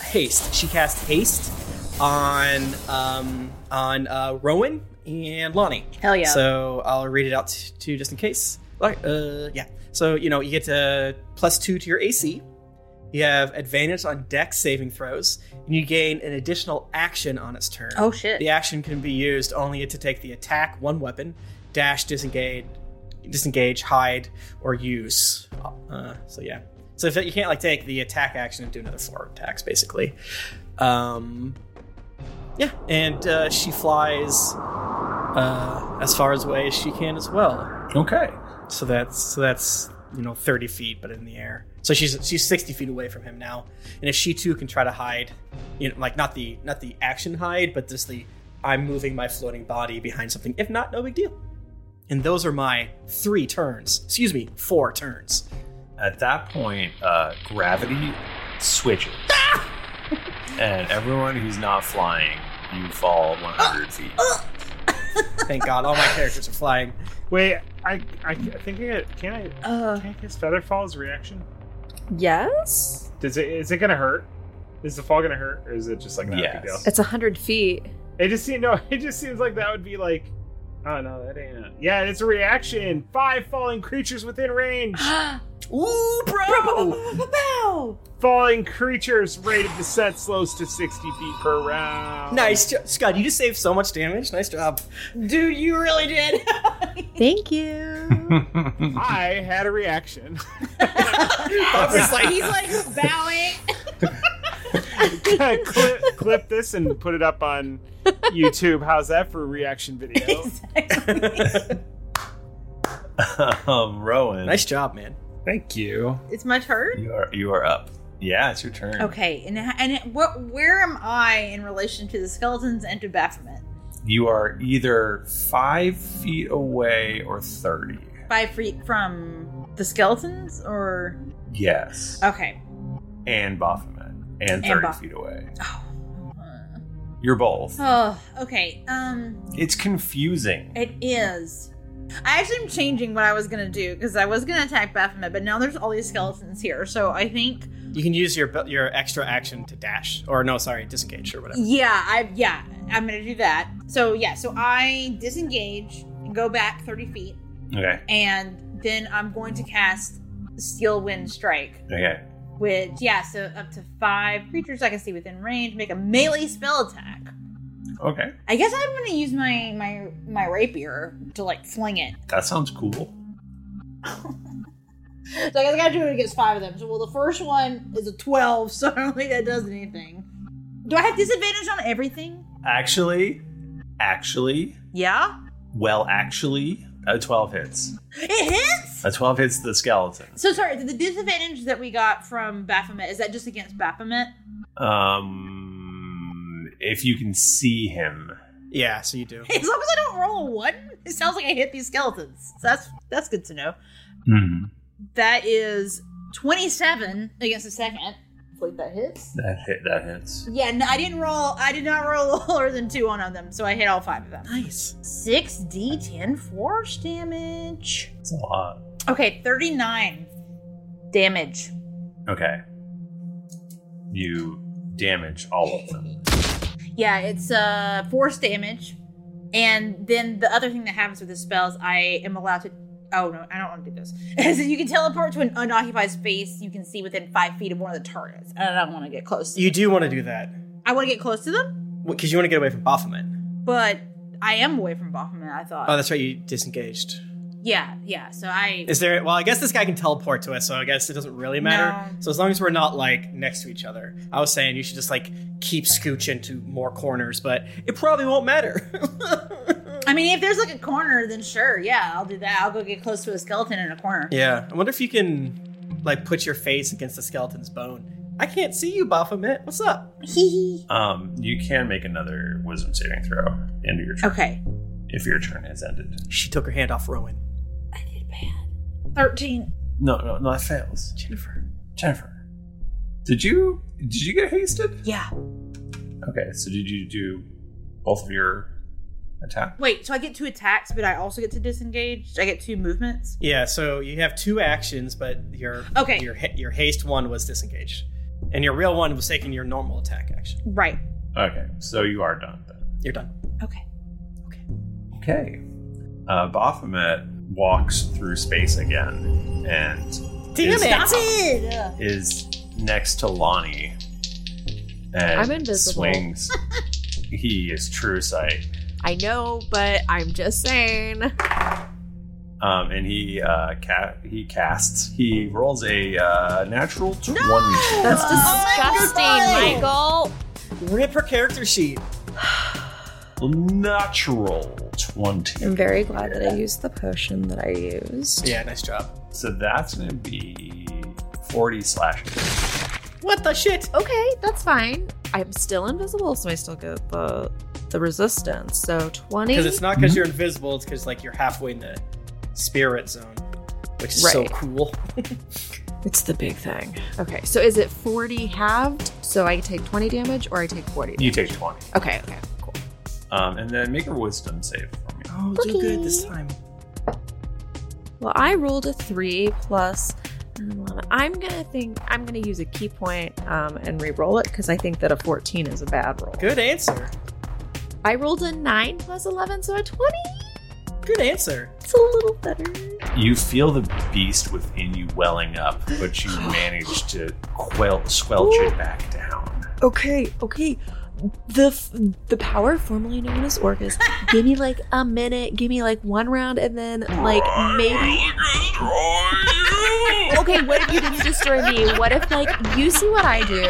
Speaker 3: haste. She casts haste on um, on uh, Rowan and Lonnie.
Speaker 2: Hell yeah.
Speaker 3: So I'll read it out t- to you just in case. Like, uh, yeah. So you know you get to plus two to your AC. You have advantage on deck saving throws, and you gain an additional action on its turn.
Speaker 2: Oh, shit.
Speaker 3: The action can be used only to take the attack, one weapon, dash, disengage, disengage, hide, or use. Uh, so yeah. So if you can't like take the attack action and do another forward attacks, basically. Um, yeah, and uh, she flies uh, as far as away as she can as well.
Speaker 1: Okay.
Speaker 3: So that's so that's you know thirty feet, but in the air. So she's she's sixty feet away from him now, and if she too can try to hide, you know, like not the not the action hide, but just the I'm moving my floating body behind something. If not, no big deal. And those are my three turns. Excuse me, four turns.
Speaker 1: At that point, uh, gravity switches.
Speaker 3: Ah!
Speaker 1: and everyone who's not flying, you fall
Speaker 3: Ah!
Speaker 1: 100 feet.
Speaker 3: Thank God, all my characters are flying.
Speaker 5: Wait, I I, I think I got- can I can I guess Featherfall's reaction?
Speaker 4: Yes?
Speaker 5: Does it is it gonna hurt? Is the fall gonna hurt, or is it just like not a big deal?
Speaker 4: It's 100 feet.
Speaker 5: It just seems no. It just seems like that would be like, oh no, that ain't. It. Yeah, it's a reaction. Five falling creatures within range.
Speaker 2: Ooh, bro!
Speaker 5: Falling creatures rated the set slows to sixty feet per round.
Speaker 3: Nice, jo- Scott. You just saved so much damage. Nice job.
Speaker 2: Dude, you really did.
Speaker 4: Thank you.
Speaker 5: I had a reaction.
Speaker 2: he's like bowing.
Speaker 5: clip, clip this and put it up on YouTube. How's that for a reaction video?
Speaker 1: um, Rowan.
Speaker 3: Nice job, man.
Speaker 1: Thank you.
Speaker 2: It's my turn.
Speaker 1: You are you are up. Yeah, it's your turn.
Speaker 2: Okay, and and what? Where am I in relation to the skeletons and to Baphomet?
Speaker 1: You are either five feet away or thirty.
Speaker 2: Five feet from the skeletons, or
Speaker 1: Yes,
Speaker 2: okay,
Speaker 1: and Baphomet,
Speaker 2: And
Speaker 1: and thirty
Speaker 2: Baph-
Speaker 1: feet away. You're both.
Speaker 2: oh, okay. Um,
Speaker 1: It's confusing.
Speaker 2: it is. I actually am changing what I was gonna do because I was gonna attack Baphomet, but now there's all these skeletons here, so I think
Speaker 3: You can use your bu- your extra action to dash, or no, sorry, disengage or whatever.
Speaker 2: Yeah, I yeah, I'm gonna do that. So yeah, so I disengage and go back 30 feet,
Speaker 1: Okay.
Speaker 2: and then I'm going to cast Steel Wind Strike,
Speaker 1: Okay.
Speaker 2: which yeah, so up to five creatures I can see within range make a melee spell attack.
Speaker 1: Okay.
Speaker 2: I guess I'm gonna use my my my rapier to like fling it.
Speaker 1: That sounds cool.
Speaker 2: So I guess I gotta do it against five of them. So well, the first one is a 12, so I don't think that does anything. Do I have disadvantage on everything?
Speaker 1: Actually, actually,
Speaker 2: Yeah,
Speaker 1: well, actually, a twelve hits.
Speaker 2: it hits.
Speaker 1: A twelve hits the skeleton.
Speaker 2: So sorry, the disadvantage that we got from Baphomet is that just against Baphomet?
Speaker 1: Um, if you can see him.
Speaker 3: Yeah, so you do.
Speaker 2: As long as I don't roll a one, it sounds like I hit these skeletons. So that's that's good to know.
Speaker 1: Hmm.
Speaker 2: That is twenty-seven against the second. Like that hits.
Speaker 1: That hit. That hits.
Speaker 2: Yeah, no, I didn't roll. I did not roll lower than two on them, so I hit all five of them.
Speaker 3: Nice.
Speaker 2: Six D ten force damage.
Speaker 1: It's a lot.
Speaker 2: Okay, thirty-nine damage.
Speaker 1: Okay. You damage all of them.
Speaker 2: Yeah, it's uh force damage. And then the other thing that happens with the spells, I am allowed to oh no, I don't want to do this. so you can teleport to an unoccupied space you can see within five feet of one of the targets. And I don't want to get close to
Speaker 3: You do want to do that
Speaker 2: I want to get close to them,
Speaker 3: because you want to get away from Baphomet.
Speaker 2: but I am away from Baphomet, I thought.
Speaker 3: Uh, Oh, that's right. You disengaged.
Speaker 9: Yeah, yeah. So I
Speaker 3: Is there? Well, I guess this guy can teleport to us, so I guess it doesn't really matter. So as long as we're not like next to each other, I was saying you should just like keep scooch into more corners, but it probably won't matter.
Speaker 2: I mean, if there's like a corner, then sure, yeah, I'll do that. I'll go get close to a skeleton in a corner.
Speaker 3: yeah, I wonder if you can like put your face against the skeleton's bone. I can't see you, Baphomet. What's up?
Speaker 1: Um, you can make another wisdom saving throw at the end of your turn.
Speaker 2: Okay.
Speaker 1: If your turn has ended.
Speaker 3: She took her hand off Rowan.
Speaker 2: Thirteen.
Speaker 1: No, no, no, that fails. Jennifer. Jennifer. Did you did you get hasted?
Speaker 2: Yeah.
Speaker 1: Okay, so did you do both of your attack?
Speaker 2: Wait, so I get two attacks, but I also get to disengage. I get two movements.
Speaker 3: Yeah, so you have two actions, but your
Speaker 2: Okay.
Speaker 3: your ha- your haste one was disengaged, and your real one was taking your normal attack action.
Speaker 2: Right.
Speaker 1: Okay, so you are done then.
Speaker 3: You're done.
Speaker 1: Okay. Uh, Baphomet walks through space again and is,
Speaker 2: it!
Speaker 1: is next to Lonnie. And
Speaker 4: I'm invisible.
Speaker 1: Swings. he is true sight.
Speaker 4: I know, but I'm just saying.
Speaker 1: Um, and he uh, ca- he casts. He rolls a uh, natural twenty.
Speaker 4: That's disgusting, Michael.
Speaker 3: Rip her character sheet.
Speaker 1: Natural twenty.
Speaker 4: I'm very glad that I used the potion that I used.
Speaker 3: Yeah, nice job.
Speaker 1: So that's going to be forty slash.
Speaker 3: What the shit?
Speaker 4: Okay, that's fine. I'm still invisible, so I still get the the resistance. So twenty.
Speaker 3: Because it's not because you're invisible; it's because like you're halfway in the spirit zone, which is so
Speaker 4: Right.
Speaker 3: cool.
Speaker 4: it's the big thing. Okay, so is it forty halved? So I take twenty damage, or I take forty.
Speaker 1: You take twenty,
Speaker 4: Okay, okay.
Speaker 1: um, and then make a wisdom save for me.
Speaker 3: Oh,
Speaker 4: do good this
Speaker 3: time.
Speaker 4: Well, I rolled a three plus an eleven. I'm gonna think I'm gonna use a key point um, and re-roll it because I think that a fourteen is a bad roll.
Speaker 3: Good answer.
Speaker 4: I rolled a nine plus eleven, so a twenty.
Speaker 3: Good answer.
Speaker 4: It's a little better.
Speaker 1: You feel the beast within you welling up, but you manage to quell, squelch it back down.
Speaker 4: Okay, okay. The f- the power formerly known as Orcus. give me like a minute. Give me like one round, and then like maybe. okay, what if you didn't destroy me? What if like you see what I do,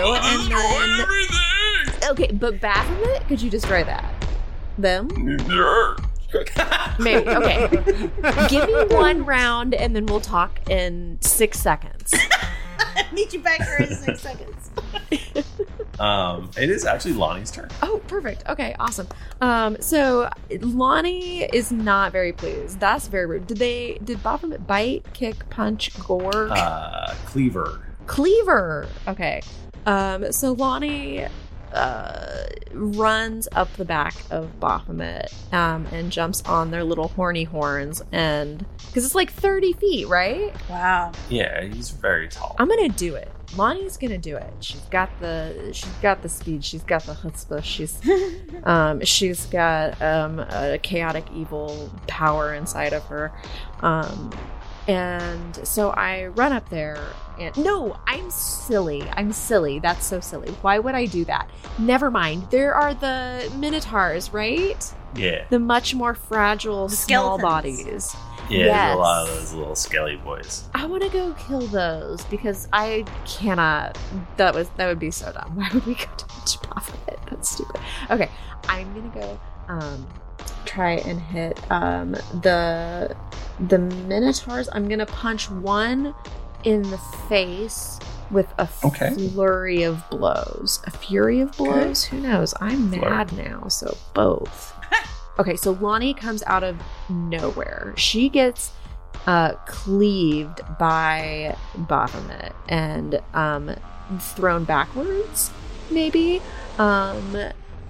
Speaker 4: and then okay, but back of it, could you destroy that? Them? Maybe. Okay. give me one round, and then we'll talk in six seconds.
Speaker 2: Meet you back here in six seconds.
Speaker 1: Um, it is actually Lonnie's turn.
Speaker 4: Oh, perfect. Okay, awesome. Um, so Lonnie is not very pleased. That's very rude. Did they did Baphomet bite, kick, punch, gore,
Speaker 1: Uh, Cleaver.
Speaker 4: cleaver? Okay. Um, so Lonnie uh, runs up the back of Baphomet um, and jumps on their little horny horns, and because it's like thirty feet, right?
Speaker 2: Wow.
Speaker 1: Yeah, he's very tall.
Speaker 4: I'm gonna do it. Lonnie's gonna do it. She's got the she's got the speed. She's got the chutzpah. She's um, she's got um, a chaotic evil power inside of her. Um, and so I run up there and no, I'm silly. I'm silly. That's so silly. Why would I do that? Never mind. There are the minotaurs, right?
Speaker 1: Yeah.
Speaker 4: The much more fragile small
Speaker 2: skeletons.
Speaker 4: bodies.
Speaker 1: Yeah, there's a lot of those little skelly boys.
Speaker 4: I want to go kill those because I cannot. That was that would be so dumb. Why would we go touch Baphomet? That's stupid. Okay, I'm gonna go um, try and hit um, the the minotaurs. I'm gonna punch one in the face with a flurry of blows. A fury of blows. Who knows? I'm
Speaker 10: Flurry.
Speaker 4: mad now, so both. okay, so Lonnie comes out of nowhere. She gets uh, cleaved by Baphomet and um, thrown backwards, maybe. Um,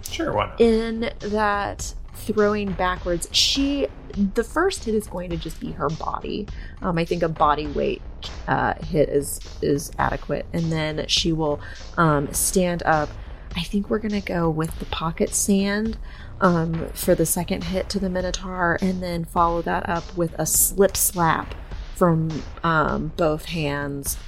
Speaker 1: Sure, why not?
Speaker 4: In that throwing backwards, she the first hit is going to just be her body. Um, I think a body weight uh, hit is is adequate, and then she will um, stand up. I think we're gonna go with the pocket sand um, for the second hit to the Minotaur, and then follow that up with a slip slap from um, both hands.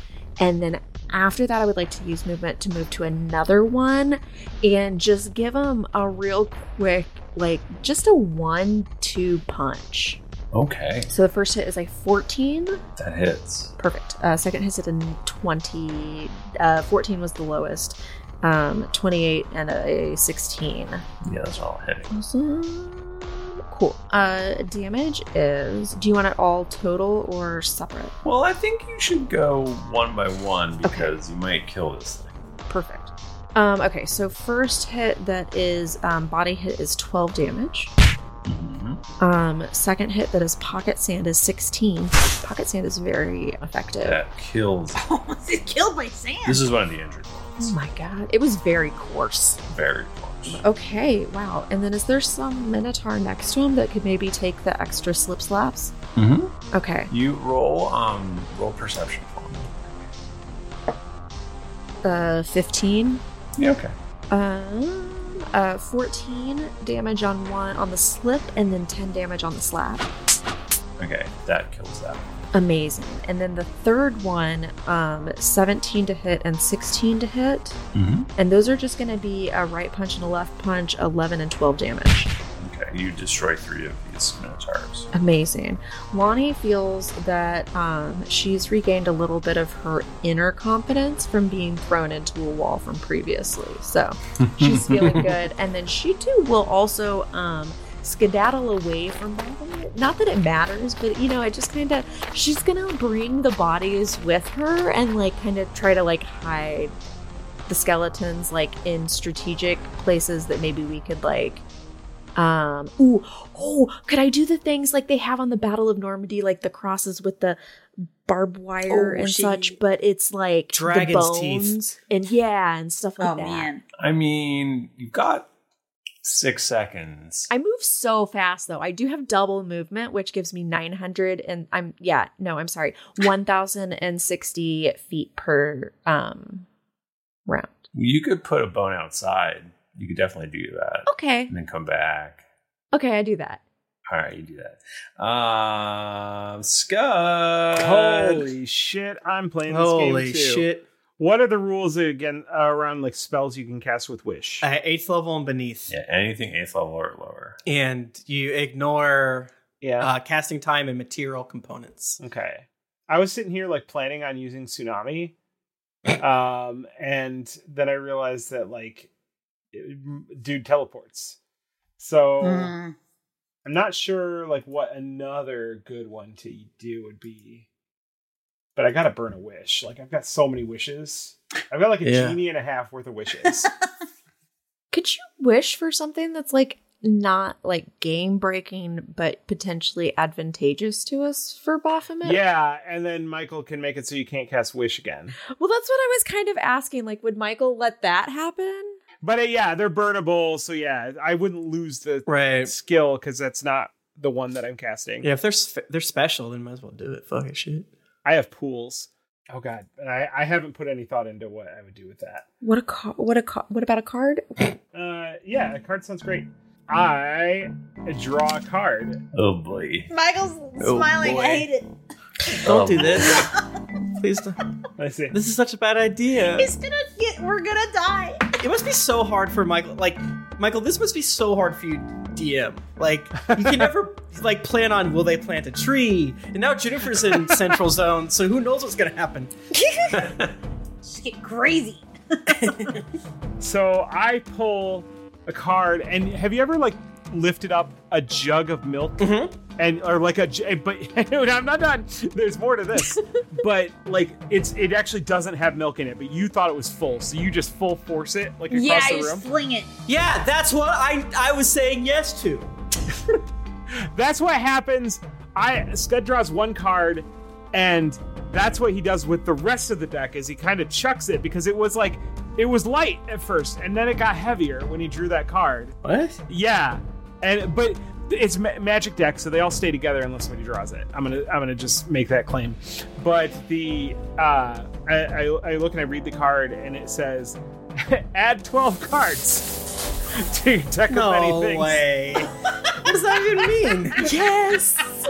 Speaker 4: And then after that, I would like to use movement to move to another one and just give them a real quick, like, just a one two punch.
Speaker 1: Okay.
Speaker 4: So the first hit is a 14.
Speaker 1: That hits.
Speaker 4: Perfect. Uh, second hits at a 20. Uh, 14 was the lowest. Um, 28 and a 16.
Speaker 1: Yeah, that's all hitting.
Speaker 4: Awesome. Cool. Uh, damage is. Do you want it all total or separate?
Speaker 1: Well, I think you should go one by one because you might kill this thing.
Speaker 4: Perfect. Um, okay, so first hit that is um, body hit is 12 damage.
Speaker 1: Mm-hmm.
Speaker 4: Um, second hit that is pocket sand is 16. Pocket sand is very effective.
Speaker 1: That kills.
Speaker 2: it killed my sand.
Speaker 1: This is one of the injured
Speaker 4: Oh my god. It was very coarse.
Speaker 1: ones. Very close.
Speaker 4: Okay, wow. And then is there some minotaur next to him that could maybe take the extra slip slaps?
Speaker 1: Mm-hmm.
Speaker 4: Okay.
Speaker 1: You roll um roll perception for me.
Speaker 4: Uh, 15.
Speaker 1: Yeah, okay.
Speaker 4: Um, uh, 14 damage on one on the slip, and then 10 damage on the slap.
Speaker 1: Okay, that kills that.
Speaker 4: Amazing. And then the third one, um, 17 to hit and 16 to hit.
Speaker 1: Mhm.
Speaker 4: And those are just going to be a right punch and a left punch, 11 and 12 damage.
Speaker 1: Okay, you destroy three of these minotaurs.
Speaker 4: Amazing. Lonnie feels that um, she's regained a little bit of her inner confidence from being thrown into a wall from previously. So she's feeling good. And then she too will also um, skedaddle away from Baphomet. Not that it matters, but you know, it just kind of, she's going to bring the bodies with her and like kind of try to like hide the skeletons like in strategic places that maybe we could like um ooh oh could i do the things like they have on the battle of normandy like the crosses with the barbed wire
Speaker 2: Oh,
Speaker 4: and
Speaker 2: she-
Speaker 4: such but it's like the
Speaker 1: Dragon's teeth.
Speaker 4: bones and yeah and stuff like
Speaker 2: Oh,
Speaker 4: that
Speaker 2: man.
Speaker 1: I mean, you've got six seconds.
Speaker 4: i move so fast though i do have double movement which gives me 900 and i'm yeah no i'm sorry 1060 feet per um round
Speaker 1: You could put a bone outside. You could definitely do that.
Speaker 4: Okay.
Speaker 1: And then come back.
Speaker 4: okay i do that
Speaker 1: All right, you do that. Um, Scud.
Speaker 5: Holy shit! I'm playing this
Speaker 3: Holy
Speaker 5: game too.
Speaker 3: shit.
Speaker 5: What are the rules again uh, around like spells you can cast with wish?
Speaker 3: Uh, eighth level and beneath.
Speaker 1: Yeah, anything eighth level or lower.
Speaker 3: And you ignore uh, casting time and material components.
Speaker 5: Okay. I was sitting here like planning on using tsunami, um, and then I realized that like, it- dude teleports. So
Speaker 2: Mm.
Speaker 5: I'm not sure like what another good one to do would be. But I gotta burn a wish. Like I've got so many wishes. I've got like a
Speaker 3: Yeah.
Speaker 5: genie and a half worth of wishes.
Speaker 4: Could you wish for something that's like not like game breaking, but potentially advantageous to us for Baphomet?
Speaker 5: yeah, and then Michael can make it so you can't cast wish again.
Speaker 4: Well, that's what I was kind of asking. Like, would Michael let that happen?
Speaker 5: But uh, yeah, they're burnable, so yeah, I wouldn't lose the
Speaker 3: right.
Speaker 5: skill because that's not the one that I'm casting.
Speaker 3: Yeah, if they're sp- they're special, then might as well do it. Fuck it, shit.
Speaker 5: I have pools. Oh god, and I, I haven't put any thought into what I would do with that.
Speaker 4: What a ca- what a ca- what about a card?
Speaker 5: Uh, yeah, a card sounds great. I draw a card.
Speaker 1: Oh boy.
Speaker 2: Michael's
Speaker 1: Oh,
Speaker 2: smiling.
Speaker 1: boy.
Speaker 2: I hate it.
Speaker 3: Don't
Speaker 1: Oh,
Speaker 3: do
Speaker 1: boy.
Speaker 3: this. Please don't.
Speaker 5: I see.
Speaker 3: This is such a bad idea.
Speaker 2: He's gonna get. We're gonna die.
Speaker 3: It must be so hard for Michael. Like, Michael, this must be so hard for you, DM. Like, you can never like plan on will they plant a tree? And now Jennifer's in Central Zone, so who knows what's gonna happen?
Speaker 2: Just get crazy.
Speaker 5: So I pull a card, and have you ever like lifted up a jug of milk? And or like a, j- eh, but I'm not done. There's more to this, but like it's it actually doesn't have milk in it, but you thought it was full, so you just full force it like across
Speaker 2: yeah,
Speaker 5: the
Speaker 2: you
Speaker 5: room.
Speaker 2: fling it.
Speaker 3: Yeah, that's what I I was saying yes to.
Speaker 5: That's what happens. I Scud draws one card, and that's what he does with the rest of the deck. Is he kind of chucks it because it was like it was light at first, and then it got heavier when he drew that card.
Speaker 3: What?
Speaker 5: Yeah, and but it's ma- magic deck, so they all stay together unless somebody draws it. I'm gonna I'm gonna just make that claim. But the uh, I, I I look and I read the card, and it says add 12 cards to your deck
Speaker 3: No
Speaker 5: of many things.
Speaker 3: way. what does that even mean?
Speaker 4: yes.
Speaker 2: Those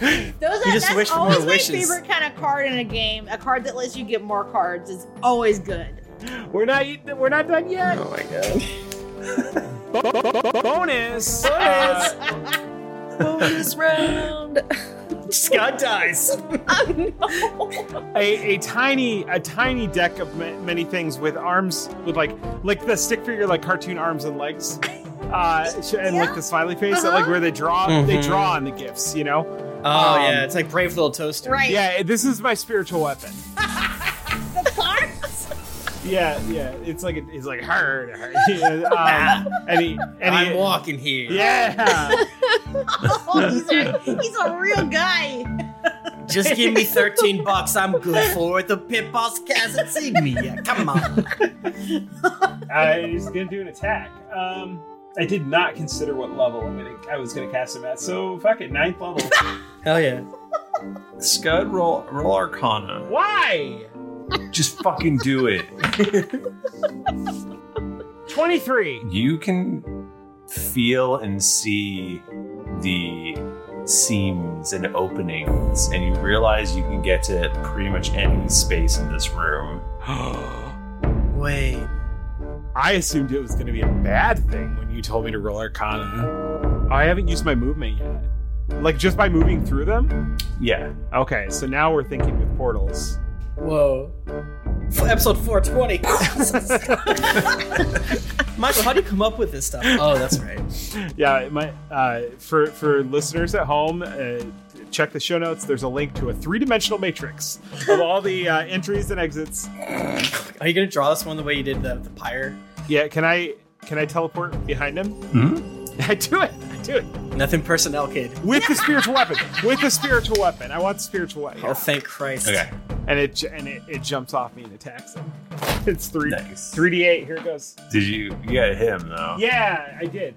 Speaker 3: You
Speaker 2: are,
Speaker 3: just
Speaker 2: that's
Speaker 3: wish for more
Speaker 2: always my
Speaker 3: wishes.
Speaker 2: favorite kind of card in a game. A card that lets you get more cards is always good.
Speaker 5: We're not we're not done yet.
Speaker 1: Oh my god.
Speaker 5: Bo- bo- bo- bonus.
Speaker 2: Bonus.
Speaker 5: Uh,
Speaker 4: Bonus round.
Speaker 3: Scott dies.
Speaker 5: a, a tiny a tiny deck of ma- many things with arms with like like the stick figure like cartoon arms and legs uh sh- and like the smiley face that,
Speaker 4: Uh-huh.
Speaker 5: like where they draw they
Speaker 3: Mhm.
Speaker 5: draw on the gifts you know
Speaker 3: Oh yeah, it's like brave little toaster.
Speaker 5: Right. Yeah, this is my spiritual weapon.
Speaker 2: the parts.
Speaker 5: yeah yeah it's like it's like hard, hard. Yeah, um, and he, and
Speaker 3: I'm
Speaker 5: he,
Speaker 3: walking here.
Speaker 5: yeah
Speaker 2: Oh, he's a, he's a real guy.
Speaker 3: Just give me 13 bucks. I'm good for the pit boss Kaz and Sigma. Come on.
Speaker 5: I was gonna do an attack. Um, I did not consider what level I'm gonna, I was gonna cast him at, so fuck it, ninth level.
Speaker 3: Hell yeah.
Speaker 1: Scud, roll, roll Arcana.
Speaker 5: Why?
Speaker 1: Just fucking do it.
Speaker 5: Twenty-three.
Speaker 1: You can feel and see the seams and openings, and you realize you can get to pretty much any space in this room.
Speaker 3: Wait.
Speaker 5: I assumed it was gonna be a bad thing when you told me to roll Arcana. I haven't used my movement yet. Like just by moving through them.
Speaker 1: Yeah.
Speaker 5: Okay, so now we're thinking with portals.
Speaker 3: Whoa. For episode 420. Michael, how do you come up with this stuff? Oh, that's right.
Speaker 5: yeah, my uh, for for listeners at home, uh, check the show notes. There's a link to a three-dimensional matrix of all the uh, entries and exits.
Speaker 3: Are you gonna draw this one the way you did the, the pyre?
Speaker 5: Yeah, can I can I teleport behind him? I do it. I do it
Speaker 3: Nothing personnel, kid.
Speaker 5: with the spiritual weapon. With the spiritual weapon, I want the spiritual weapon.
Speaker 3: Oh, thank Christ.
Speaker 5: Okay. And it j- and it, it jumps off me and attacks him. It's three three d eight. Here it goes.
Speaker 1: Did you? You got him
Speaker 5: Oh.
Speaker 1: though.
Speaker 5: Yeah, I did.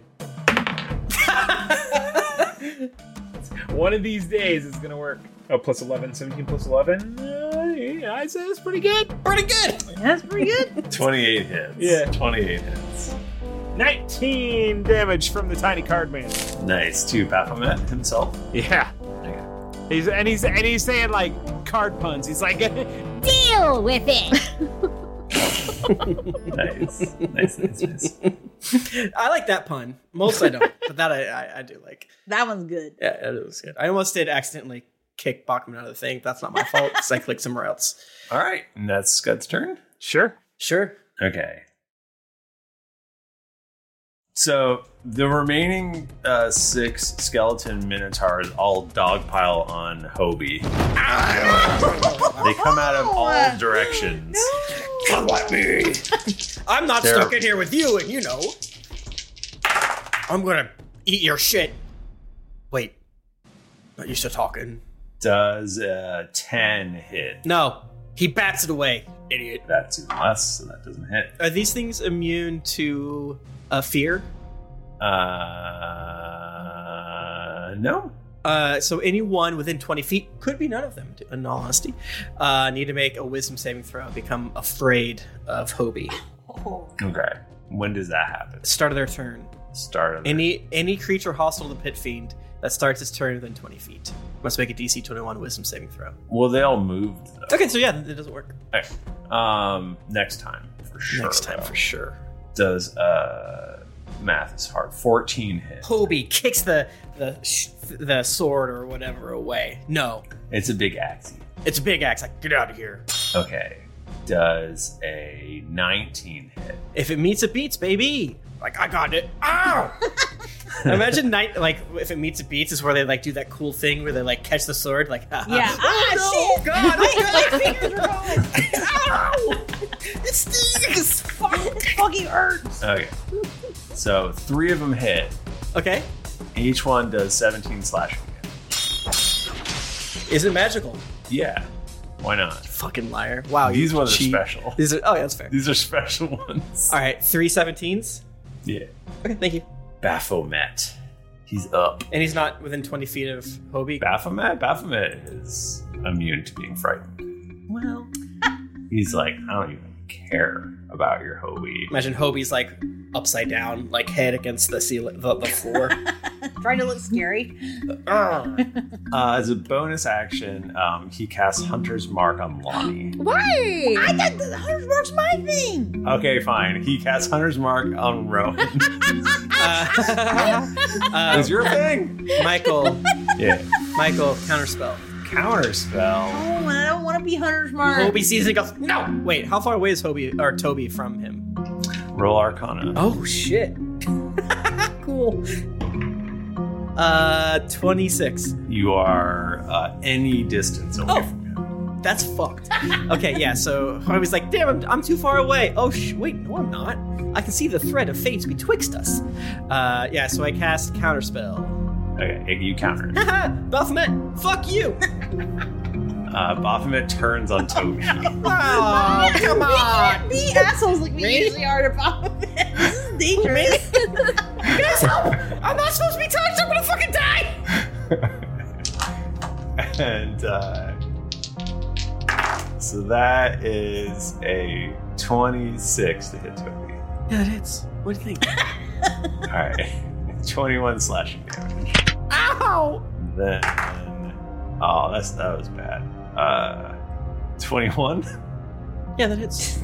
Speaker 5: One of these days it's gonna work. Oh, plus 11, 17 plus 11. Uh, yeah, I'd say that's pretty good.
Speaker 3: Pretty good.
Speaker 5: That's pretty good.
Speaker 1: 28 hits.
Speaker 5: Yeah.
Speaker 1: 28 hits.
Speaker 5: 19 damage from the tiny card man.
Speaker 1: Nice. To Baphomet himself.
Speaker 5: Yeah. He's and he's and he's saying like card puns. He's like
Speaker 9: Deal with it.
Speaker 1: nice. Nice, nice, nice.
Speaker 3: I like that pun. Most I don't, but that I, I, I do like.
Speaker 2: That one's good.
Speaker 3: Yeah, it was good. I almost did accidentally kick Bachman out of the thing. That's not my fault because I clicked somewhere else.
Speaker 1: All right. And that's Scud's turn.
Speaker 5: Sure.
Speaker 3: Sure.
Speaker 1: Okay. So the remaining uh, six skeleton minotaurs all dogpile on Hobie. they come out of all directions. Come at me.
Speaker 3: I'm not
Speaker 1: They're-
Speaker 3: stuck in here with you, and you know. I'm gonna eat your shit. Wait. Not used to talking.
Speaker 1: Does uh, 10 hit?
Speaker 3: No. He bats it away. Idiot.
Speaker 1: That's even less, so that doesn't hit.
Speaker 3: Are these things immune to uh, fear?
Speaker 1: Uh, no.
Speaker 3: Uh, so anyone within 20 feet could be none of them, to- in all honesty. Uh, need to make a wisdom saving throw and become afraid of Hobie.
Speaker 1: Okay. When does that happen?
Speaker 3: Start of their turn.
Speaker 1: Start of their-
Speaker 3: Any any creature hostile to the pit fiend that starts its turn within 20 feet must make a DC 21 wisdom saving throw.
Speaker 1: Well, they all moved.
Speaker 3: Okay, so yeah, it doesn't work.
Speaker 1: Okay. Um, next time for sure.
Speaker 3: Next time for sure.
Speaker 1: Does uh, math is hard. Fourteen hit.
Speaker 3: Hobie kicks the the sh- the sword or whatever away. No,
Speaker 1: It's a big axe.
Speaker 3: it's a big axe. Like get out of here.
Speaker 1: Okay. Does a nineteen hit?
Speaker 3: If it meets, it beats, baby. Like I got it. Ow! Imagine night like if it meets, it beats is where they like do that cool thing where they like catch the sword. Like
Speaker 2: Yeah. ah, shit.
Speaker 3: God,
Speaker 2: my, my fingers are going. Ow! It stings. Fuck. It fucking hurts.
Speaker 1: Okay. So three of them hit.
Speaker 3: Okay.
Speaker 1: Each one does seventeen slashing.
Speaker 3: Is it magical?
Speaker 1: Yeah. Why not?
Speaker 3: Fucking liar. Wow. you
Speaker 1: These ones
Speaker 3: cheat.
Speaker 1: are special.
Speaker 3: These are oh yeah, that's fair.
Speaker 1: These are special ones.
Speaker 3: All right, three 17s.
Speaker 1: Yeah.
Speaker 3: Okay, thank you.
Speaker 1: Baphomet. He's up.
Speaker 3: And he's not within 20 feet of Hobie.
Speaker 1: Baphomet. Baphomet is immune to being frightened.
Speaker 3: Well,
Speaker 1: He's like, I don't even care about your Hobie.
Speaker 3: imagine Hobie's like upside down, like head against the ceiling, the, the floor.
Speaker 2: Trying to look scary.
Speaker 1: Uh, as a bonus action, um, he casts Hunter's Mark on Lonnie.
Speaker 2: Why? I thought the hundred marks my thing.
Speaker 1: Okay, fine. He casts Hunter's Mark on Rowan.
Speaker 3: Uh,
Speaker 1: It's your thing,
Speaker 3: Michael.
Speaker 1: Yeah.
Speaker 3: Michael, counterspell.
Speaker 1: Counterspell.
Speaker 2: Oh, and I don't want to be Hunter's Mark.
Speaker 3: Hobie sees it and goes, no! Wait, how far away is Hobie or Toby from him?
Speaker 1: Roll Arcana.
Speaker 3: Oh shit. cool. Uh, 26.
Speaker 1: You are uh, any distance away.
Speaker 3: Oh, that's fucked. okay, yeah, so I was like, damn, I'm, I'm too far away. Oh, sh- wait, no, I'm not. I can see the thread of fates betwixt us. Uh, yeah, so I cast Counterspell.
Speaker 1: Okay, you counter. it.
Speaker 3: Baphomet, fuck you!
Speaker 1: Uh, Baphomet turns on Toby.
Speaker 3: Aw, come
Speaker 2: we
Speaker 3: on.
Speaker 2: can't be assholes like we
Speaker 3: Me?
Speaker 2: usually are to Bob. this is dangerous.
Speaker 3: Guys, help! I'm not supposed to be touched. I'm gonna fucking die.
Speaker 1: and uh, so that is a 26 to hit Toby.
Speaker 3: Yeah, that's. What do you think?
Speaker 1: All right, 21 slashing damage.
Speaker 3: Ow!
Speaker 1: Then, oh, that's that was bad. Uh, 21.
Speaker 3: Yeah, that hits.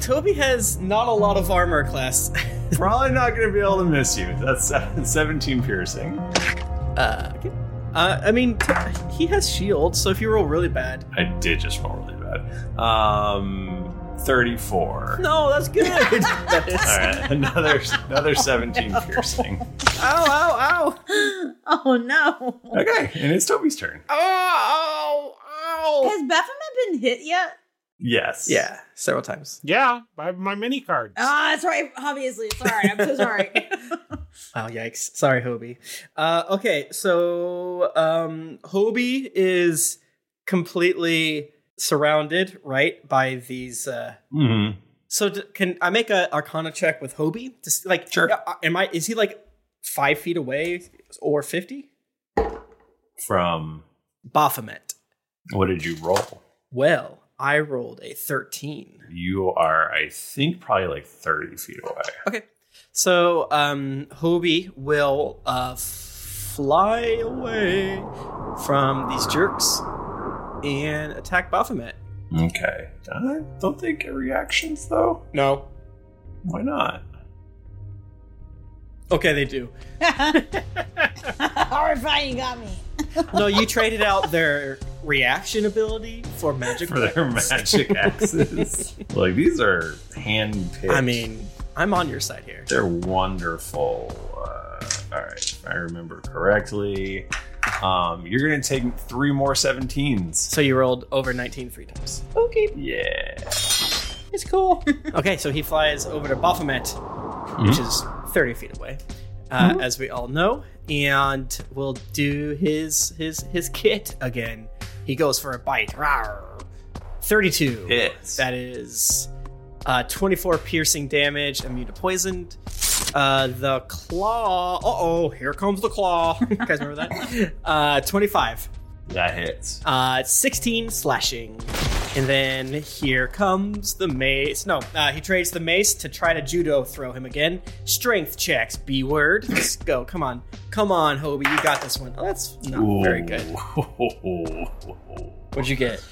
Speaker 3: Toby has not a lot of armor class.
Speaker 1: Probably not gonna be able to miss you. That's seven- 17 piercing.
Speaker 3: Uh, okay. uh, I mean, t- he has shield, so if you roll really bad.
Speaker 1: I did just roll really bad. Um, 34.
Speaker 3: No, that's good.
Speaker 1: All right, another another 17 piercing.
Speaker 3: Oh, Ow,
Speaker 2: ow, ow. Oh, no.
Speaker 1: Okay, and it's Toby's turn.
Speaker 3: Oh, ow,
Speaker 2: Has Baphomet been hit yet?
Speaker 1: Yes.
Speaker 3: Yeah, several times.
Speaker 5: Yeah, by my mini cards.
Speaker 2: Ah, that's right. Obviously, it's all right. I'm so sorry.
Speaker 3: Oh yikes! Sorry, Hobie. Uh, okay, so um, Hobie is completely surrounded, right, by these. Uh,
Speaker 1: Mhm.
Speaker 3: So d- can I make a Arcana check with Hobie? Just like, sure. Am I? Is he like five feet away or fifty?
Speaker 1: From
Speaker 3: Baphomet.
Speaker 1: what did you roll?
Speaker 3: Well, I rolled a thirteen.
Speaker 1: You are, I think, probably like 30 feet away.
Speaker 3: Okay. So um, Hobie will uh, fly away from these jerks and attack Baphomet.
Speaker 1: Okay. I don't think it reactions though.
Speaker 3: No.
Speaker 1: Why not?
Speaker 3: Okay, they do.
Speaker 2: Horrifying, you got me.
Speaker 3: No, you traded out their reaction ability for magic
Speaker 1: For their
Speaker 3: weapons.
Speaker 1: magic axes. Like these are hand picked.
Speaker 3: I mean, I'm on your side here.
Speaker 1: They're wonderful. Uh, all right, if I remember correctly, um, you're gonna take three more 17s. So
Speaker 3: you rolled over 19 three times.
Speaker 2: Okay.
Speaker 1: Yeah.
Speaker 3: It's cool. okay, so he flies over to Baphomet, which
Speaker 1: Mhm.
Speaker 3: is 30 feet away, uh, as we all know, and will do his his his kit again. He goes for a bite. Rawr. 32. That is uh, 24 piercing damage, immune to poisoned. Uh, the claw. Uh oh, here comes the claw. you guys remember that? Uh, 25.
Speaker 1: That hits.
Speaker 3: Uh, 16 slashing. And then here comes the mace. No, uh, he trades the mace to try to judo throw him again. Strength checks, B word. Let's go. Come on. Come on, Hobie. You got this one. Oh, that's not very good. What'd you get?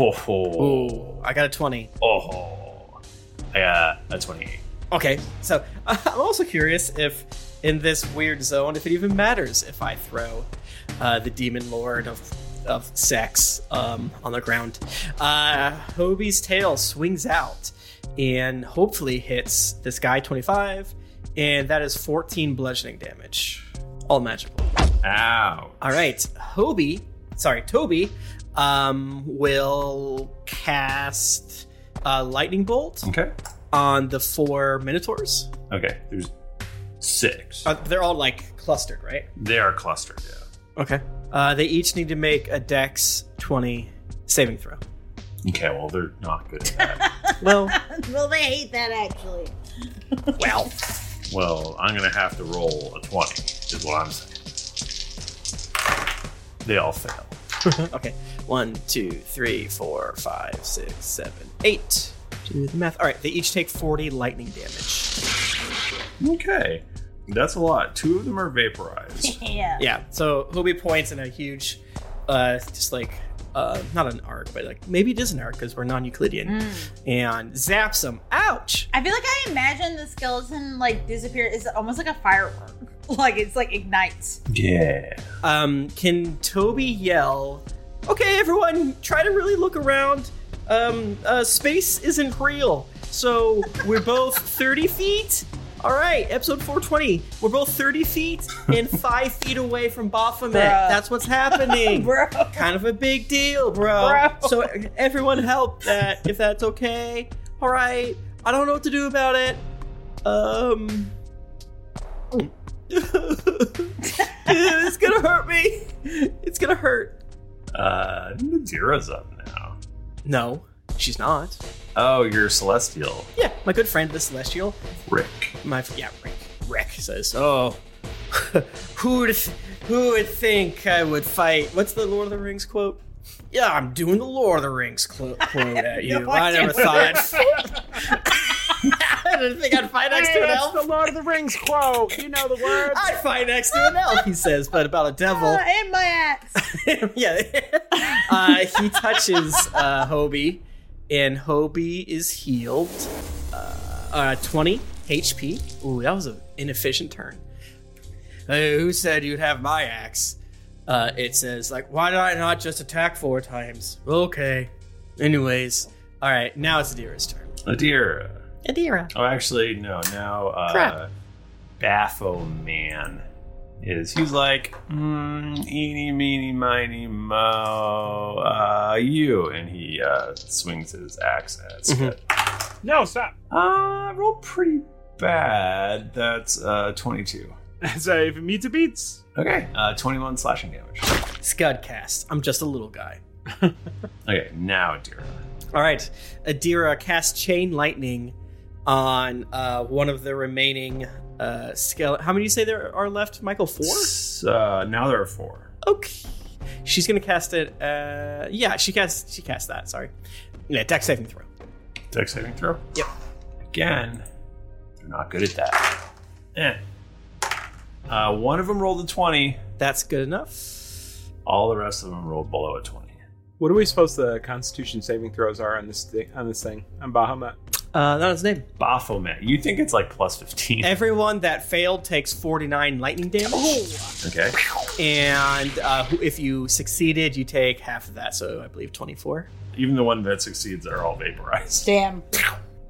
Speaker 3: Ooh, I got a 20.
Speaker 1: Oh, I got a 28.
Speaker 3: Okay, so uh, I'm also curious if, in this weird zone, if it even matters if I throw uh, the demon lord of of sex um, on the ground. Uh, Hobie's tail swings out and hopefully hits this guy 25, and that is 14 bludgeoning damage, all magical.
Speaker 1: Ow!
Speaker 3: All right, Hobie, sorry, Toby, um, will cast a lightning bolt.
Speaker 1: Okay.
Speaker 3: On the four minotaurs.
Speaker 1: Okay, there's six.
Speaker 3: Uh, they're all like clustered, right?
Speaker 1: They are clustered. Yeah.
Speaker 3: Okay. Uh, they each need to make a Dex 20 saving throw.
Speaker 1: Okay, well they're not good. At that.
Speaker 3: Well,
Speaker 2: well, they hate that actually.
Speaker 3: well,
Speaker 1: well, I'm gonna have to roll a 20. Is what I'm saying. They all fail.
Speaker 3: okay. One, two, three, four, five, six, seven, eight. Do the math. All right. They each take 40 lightning damage.
Speaker 1: Okay.
Speaker 11: That's a lot. Two of them are vaporized.
Speaker 2: yeah.
Speaker 3: Yeah. So Hobie points in a huge, uh, just like uh, not an arc, but like maybe it is an arc because we're non-Euclidean,
Speaker 2: Mm.
Speaker 3: and zaps him. Ouch!
Speaker 2: I feel like I imagine the skeleton like disappear. It's almost like a firework. Like it's like ignites.
Speaker 1: Yeah.
Speaker 3: Um, can Toby yell? Okay, everyone, try to really look around. Um, uh, space isn't real, so we're both thirty feet. All right, episode 420. We're both 30 feet and five feet away from Baphomet.
Speaker 2: Bruh.
Speaker 3: That's what's happening.
Speaker 2: Bro.
Speaker 3: Kind of a big deal, bro.
Speaker 2: Bro.
Speaker 3: So everyone help that if that's okay. All right. I don't know what to do about it. Um It's going to hurt me. It's going to hurt.
Speaker 1: Uh, Nadira's up now.
Speaker 3: No, she's not.
Speaker 1: Oh, you're celestial.
Speaker 3: Yeah, my good friend the celestial.
Speaker 1: Rick.
Speaker 3: My yeah, Rick. Rick says, "Oh, who would who would think I would fight?" What's the Lord of the Rings quote? Yeah, I'm doing the Lord of the Rings clo- quote at you. I never thought I'd I didn't think I'd fight next to an
Speaker 5: It's
Speaker 3: elf.
Speaker 5: the Lord of the Rings quote. You know the words.
Speaker 3: I'd fight next to an elf, he says, but about a devil.
Speaker 2: Oh, and my axe.
Speaker 3: yeah. Uh, he touches uh, Hobie, and Hobie is healed. Uh, uh, 20 HP. Ooh, that was an inefficient turn. Hey, who said you'd have my axe? Uh, it says, like, why did I not just attack four times? Okay. Anyways, all right, now it's Adira's turn.
Speaker 1: Nadira.
Speaker 3: Adira.
Speaker 1: Oh, actually, no. Now, uh,
Speaker 3: Crap.
Speaker 1: Baffo Man is. He's like, mm, eeny, meeny, miny, mo, uh, you. And he uh, swings his axe at Scud.
Speaker 5: No, stop.
Speaker 1: Uh, roll pretty Bad. That's uh, 22.
Speaker 5: So if it meets, it beats.
Speaker 1: Okay. Uh, 21 slashing damage.
Speaker 3: Scudcast. I'm just a little guy.
Speaker 1: Okay, now, Adira.
Speaker 3: All right, Adira cast chain lightning on uh, one of the remaining uh, skeleton. How many do you say there are left, Michael? Four.
Speaker 1: Uh, now there are four.
Speaker 3: She's gonna cast it. Uh, yeah, she cast. She cast that. Sorry. Yeah, deck saving throw.
Speaker 1: Deck saving throw.
Speaker 3: Yep.
Speaker 1: Again, they're not good at that. Eh. Uh, one of them rolled a 20.
Speaker 3: That's good enough.
Speaker 1: All the rest of them rolled below a 20.
Speaker 5: What are we supposed the Constitution saving throws are on this thing? On this thing, on Bahamut.
Speaker 3: Uh, not his name.
Speaker 1: Baphomet. You think it's like plus 15.
Speaker 3: Everyone that failed takes forty-nine lightning damage.
Speaker 1: Okay.
Speaker 3: And uh, who- if you succeeded, you take half of that. So I believe twenty-four.
Speaker 1: Even the one that succeeds are all vaporized.
Speaker 2: Damn.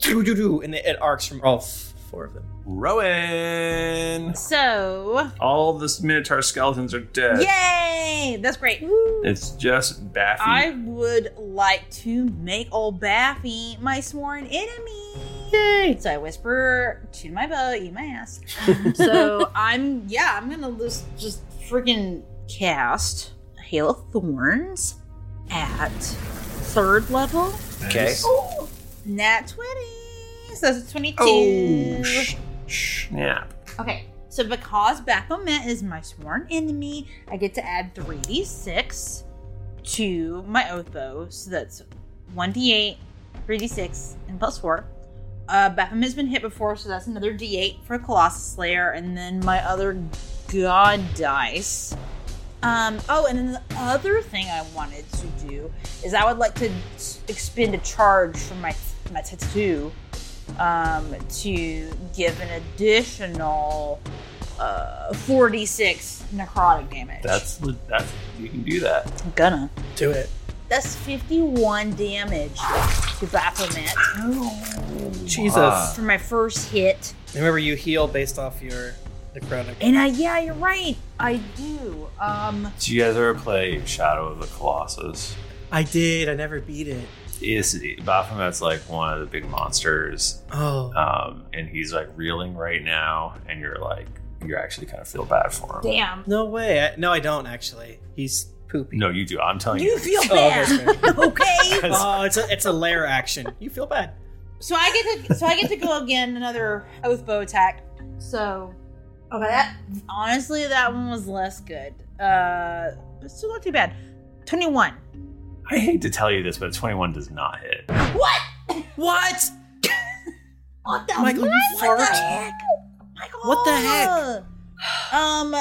Speaker 3: Do do do, and it, it arcs from all f- four of them.
Speaker 1: Rowan!
Speaker 2: So,
Speaker 1: All the Minotaur skeletons are dead.
Speaker 2: yay! That's great.
Speaker 1: It's just Baffy.
Speaker 2: I would like to make old Baffy my sworn enemy. So I whisper to my bow, eat my ass. so I'm, yeah, I'm gonna just, just freaking cast Hail of Thorns at third level.
Speaker 12: Okay.
Speaker 2: Ooh, nat 20. So it's 22.
Speaker 12: Oh,
Speaker 1: Snap.
Speaker 2: Okay, so because Baphomet is my sworn enemy, I get to add 3d6 to my oath bow. So that's 1d8, 3d6, and plus 4. Uh, Baphomet's been hit before, so that's another d8 for Colossus Slayer, and then my other god dice. Um, oh, and then the other thing I wanted to do is I would like to s- expend a charge from my my tattoo um, to give an additional uh, 46 necrotic damage.
Speaker 1: That's, that's, you can do that.
Speaker 2: I'm gonna.
Speaker 3: Do it.
Speaker 2: That's 51 damage to Baphomet.
Speaker 3: Jesus. Oh. Wow.
Speaker 2: For my first hit.
Speaker 3: Remember, you heal based off your necrotic.
Speaker 2: And I, yeah, you're right. I do. Um,
Speaker 1: Do you guys ever play Shadow of the Colossus?
Speaker 3: I did. I never beat it.
Speaker 1: is Baphomet's like one of the big monsters.
Speaker 3: Oh.
Speaker 1: Um, and he's like reeling right now, and you're like, you actually kind of feel bad for him.
Speaker 2: Damn.
Speaker 3: No way. I, no, I don't actually. He's poopy.
Speaker 1: No, you do. I'm telling you.
Speaker 2: You feel
Speaker 3: Oh,
Speaker 2: bad. okay.
Speaker 3: Oh, it's a it's a lair action. You feel bad.
Speaker 2: So I get to so I get to go again another oath bow attack. So okay, that honestly that one was less good. Uh, it's still not too bad. Twenty one.
Speaker 1: I hate to tell you this, but 21 does not hit.
Speaker 2: What?
Speaker 3: What?
Speaker 2: What the
Speaker 3: Michael, you
Speaker 2: what the
Speaker 3: fart.
Speaker 2: heck? What the heck? Um,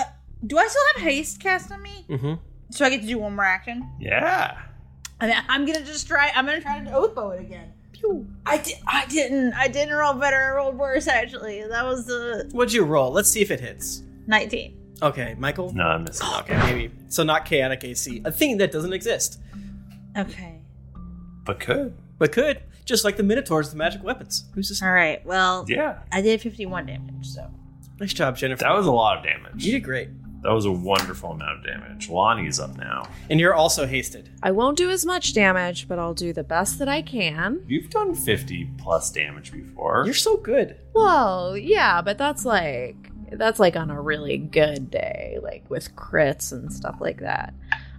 Speaker 2: do I still have haste cast on me?
Speaker 3: Mm-hmm.
Speaker 2: So I get to do one more action.
Speaker 1: Yeah.
Speaker 2: And I- I'm gonna just try. I'm gonna try to oath bow it again. Pew. I di- I didn't. I didn't roll better. I rolled worse actually. That was uh, the
Speaker 3: What'd you roll? Let's see if it hits.
Speaker 2: 19.
Speaker 3: Okay, Michael.
Speaker 1: No, I missed.
Speaker 3: Okay, maybe. So not chaotic AC, a thing that doesn't exist,
Speaker 2: Okay.
Speaker 1: but could.
Speaker 3: but could. Just like the Minotaurs, the magic weapons. Who's this?
Speaker 2: All right. Well.
Speaker 1: Yeah.
Speaker 2: I did 51 damage. So.
Speaker 3: Nice job, Jennifer.
Speaker 1: That was a lot of damage. You
Speaker 3: did great.
Speaker 1: That was a wonderful amount of damage. Lonnie's up now.
Speaker 3: And you're also hasted.
Speaker 4: I won't do as much damage, but I'll do the best that I can.
Speaker 1: You've done 50 plus damage before. You're
Speaker 3: so good.
Speaker 4: Well, yeah, but that's like that's like on a really good day, like with crits and stuff like that.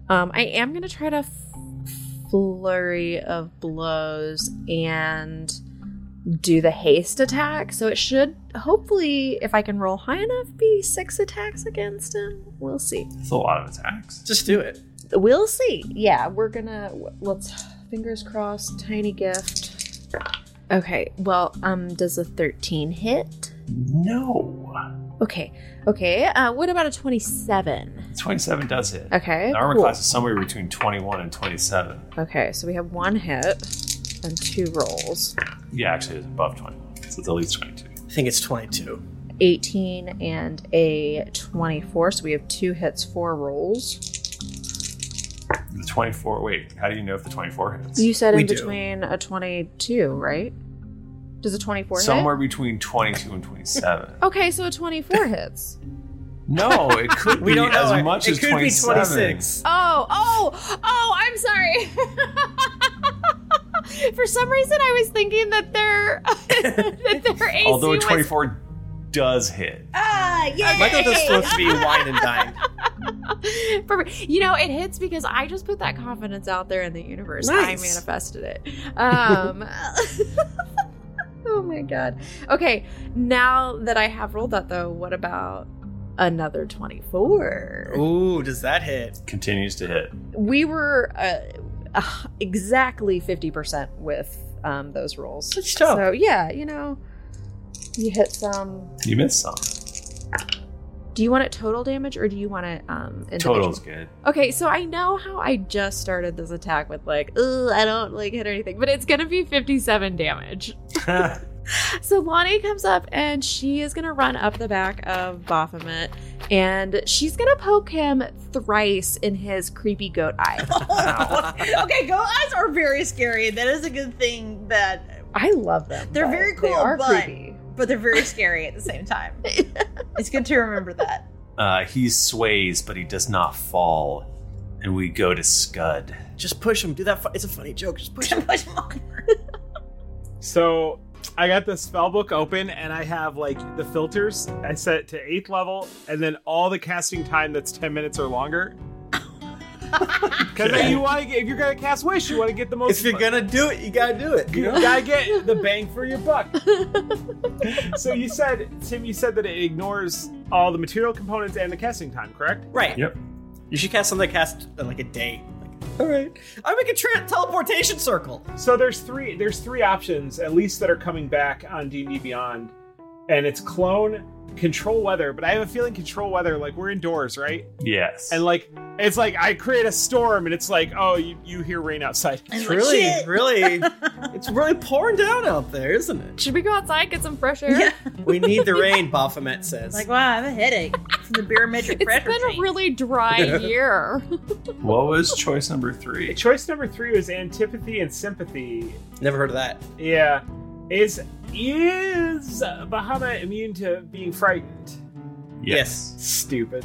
Speaker 4: Um, I am gonna try to f- flurry of blows and do the haste attack. So it should hopefully, if I can roll high enough, be six attacks against him. We'll see.
Speaker 1: That's a lot of attacks.
Speaker 3: Just do it.
Speaker 4: We'll see. Yeah, we're gonna let's fingers crossed. Tiny gift. Okay. Well, um, does a thirteen hit?
Speaker 1: No.
Speaker 4: Okay. Okay. Uh, what about a twenty-seven?
Speaker 1: 27 does hit.
Speaker 4: Okay,
Speaker 1: The armor
Speaker 4: cool.
Speaker 1: class is somewhere between 21 and 27.
Speaker 4: Okay, so we have one hit and two rolls.
Speaker 1: Yeah, actually, it's above 21. So it's at least 22.
Speaker 3: I think it's 22.
Speaker 4: 18 and a 24. So we have two hits, four rolls.
Speaker 1: The 24. Wait, how do you know if the 24 hits?
Speaker 4: You said in between a 22, right? Does a 24
Speaker 1: Somewhere between 22 and 27.
Speaker 4: hit? Okay, so a 24 hits.
Speaker 1: No, it could
Speaker 3: We
Speaker 1: be
Speaker 3: don't know.
Speaker 1: as
Speaker 3: It-
Speaker 1: much
Speaker 3: it
Speaker 1: as
Speaker 3: could be
Speaker 1: 27.
Speaker 3: 26.
Speaker 4: Oh, oh, oh, I'm sorry. For some reason, I was thinking that their, that their AC
Speaker 1: Although a
Speaker 4: was-
Speaker 1: 24 does hit.
Speaker 2: Ah,
Speaker 4: yay!
Speaker 3: Michael just supposed to be wine and dine.
Speaker 4: Perfect. You know, it hits because I just put that confidence out there in the universe.
Speaker 13: Nice.
Speaker 4: I manifested it. Um, oh my god. Okay, now that I have rolled that though, what about another 24?
Speaker 3: Ooh, does that hit?
Speaker 1: Continues to hit.
Speaker 4: We were uh, uh, exactly 50% with um, those rolls. So, yeah, you know, you hit some.
Speaker 1: You missed some.
Speaker 4: Do you want it total damage or do you want it um individual?
Speaker 1: Total's good.
Speaker 4: Okay, so I know how I just started this attack with like, oh, I don't like hit or anything, but it's gonna be 57 damage. So Lonnie comes up and she is gonna run up the back of Baphomet and she's gonna poke him thrice in his creepy goat eye.
Speaker 2: okay, go eyes are very scary. That is a good thing that
Speaker 4: I love them.
Speaker 2: they're
Speaker 4: but
Speaker 2: very
Speaker 4: they
Speaker 2: cool,
Speaker 4: are
Speaker 2: but
Speaker 4: creepy.
Speaker 2: but they're very scary at the same time. it's good to remember that.
Speaker 1: Uh, he sways, but he does not fall. And we go to Scud.
Speaker 3: Just push him. Do that. Fu- it's a funny joke. Just push
Speaker 2: him. push him
Speaker 5: So I got the spell book open and I have like the filters. I set it to eighth level and then all the casting time that's 10 minutes or longer. Because you want to, if you're gonna cast wish, you want to get the most.
Speaker 3: If you're gonna do it, you gotta do it.
Speaker 5: You gotta get the bang for your buck. so you said, Tim, you said that it ignores all the material components and the casting time, correct?
Speaker 3: Right. Yep. You should cast something that cast uh, like a day. All right. I make a tra- teleportation circle.
Speaker 5: So there's three there's three options at least that are coming back on D&D Beyond, and it's clone, control weather. But I have a feeling control weather like we're indoors, right?
Speaker 1: Yes.
Speaker 5: And like it's like I create a storm, and it's like oh you, you hear rain outside.
Speaker 3: It's really, really, it's really pouring down out there, isn't it?
Speaker 4: Should we go outside, get some fresh air?
Speaker 3: We need the rain, Baphomet says.
Speaker 2: Like, wow, I have a headache from the barometric pressure. It's been
Speaker 4: a really dry year.
Speaker 1: What was choice number three?
Speaker 5: Choice number three was antipathy and sympathy.
Speaker 3: Never heard of that.
Speaker 5: Yeah, is is Bahama immune to being frightened?
Speaker 1: Yes.
Speaker 5: Stupid.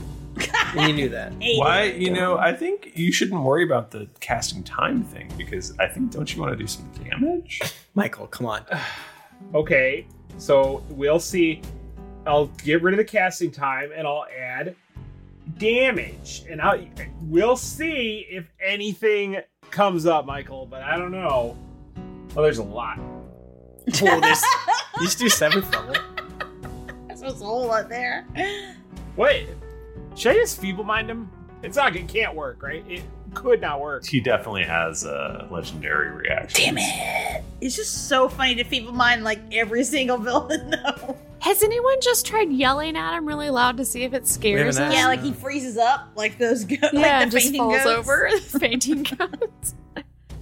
Speaker 3: you knew that.
Speaker 1: Why? You know, I think you shouldn't worry about the casting time thing because I think don't you want to do some damage?
Speaker 3: Michael, come on.
Speaker 5: Okay, so we'll see. I'll get rid of the casting time and I'll add damage, and I'll we'll see if anything comes up, Michael. But I don't know. Oh, there's a lot.
Speaker 3: oh, there's you just do seventh level.
Speaker 2: That's what's a whole lot there.
Speaker 5: Wait, should I just feeble mind him? It's not. It can't work, right? It could not work.
Speaker 1: He definitely has a legendary reaction.
Speaker 2: Damn it! It's just so funny to feeble mind like every single villain though.
Speaker 4: Has anyone just tried yelling at him really loud to see if it scares him?
Speaker 2: Yeah, like he freezes up, like those go-
Speaker 4: Yeah,
Speaker 2: like
Speaker 4: and
Speaker 2: the
Speaker 4: just
Speaker 2: fainting
Speaker 4: falls
Speaker 2: goats.
Speaker 4: over. fainting goats.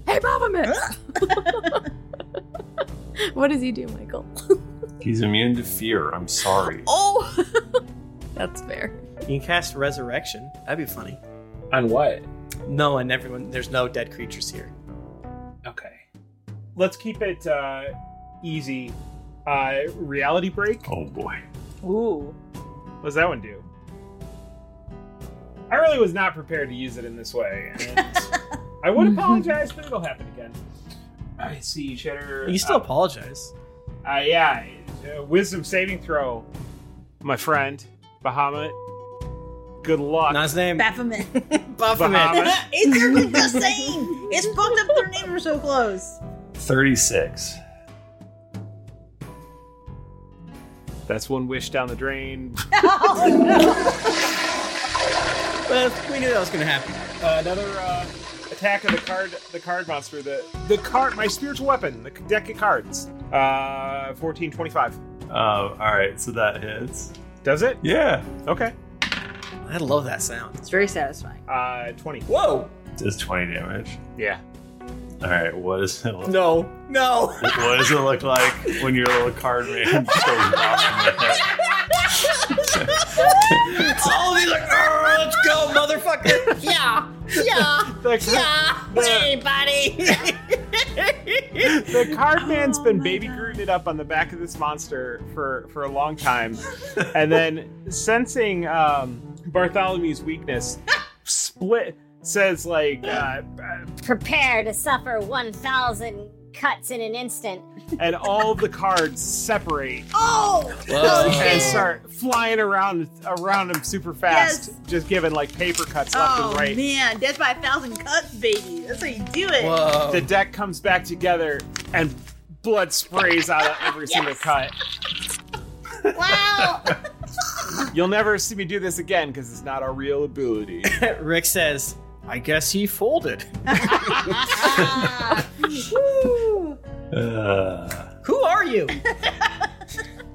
Speaker 4: hey, Baba what does he do, Michael?
Speaker 1: He's immune to fear. I'm sorry.
Speaker 4: Oh, that's fair.
Speaker 3: You can cast resurrection. That'd be funny.
Speaker 7: On what?
Speaker 3: No, and everyone. There's no dead creatures here.
Speaker 5: Okay. Let's keep it uh, easy. Uh, reality break.
Speaker 1: Oh boy.
Speaker 5: Ooh. What does that one do? I really was not prepared to use it in this way. And I would apologize, but it'll happen again. I see, Cheddar.
Speaker 3: You still apologize.
Speaker 5: Uh, yeah, uh, wisdom saving throw, my friend Bahamut. Good luck.
Speaker 3: Not his name.
Speaker 2: Baphomet.
Speaker 5: Bahamut.
Speaker 2: it's they're like the same. It's fucked up. Their names are so close.
Speaker 1: 36.
Speaker 5: That's one wish down the drain.
Speaker 3: Well, we knew that was gonna happen.
Speaker 5: Uh, another uh, attack of the card, the card monster, the the card, my spiritual weapon, the deck of cards. Uh, fourteen twenty-five.
Speaker 1: Um, all right, so that hits.
Speaker 5: Does it?
Speaker 1: Yeah.
Speaker 5: Okay.
Speaker 3: I love that sound.
Speaker 2: It's very satisfying.
Speaker 5: Uh, twenty.
Speaker 3: Whoa.
Speaker 1: Does 20 damage.
Speaker 5: Yeah.
Speaker 1: All right, what does it look
Speaker 3: No. No.
Speaker 1: What does it look like when your little card man goes
Speaker 3: All these like, "Arr, let's go, motherfucker.
Speaker 2: Yeah. Yeah. yeah. Hey, buddy.
Speaker 5: the card man's
Speaker 2: Oh
Speaker 5: been baby Grooting it up on the back of this monster for for a long time, and then sensing um, Bartholomew's weakness, split says like, uh,
Speaker 9: Prepare to suffer 1,000 cuts in an instant.
Speaker 5: and all the cards separate.
Speaker 2: Oh!
Speaker 5: and start flying around around him super fast, just giving like paper cuts left
Speaker 2: Oh
Speaker 5: and right.
Speaker 2: man, death by a thousand cuts, baby. That's how you do it.
Speaker 5: The deck comes back together, and blood sprays out of every single cut.
Speaker 2: Wow.
Speaker 5: You'll never see me do this again because it's not a real ability.
Speaker 3: Rick says, "I guess he folded."
Speaker 1: Uh,
Speaker 3: Who are you?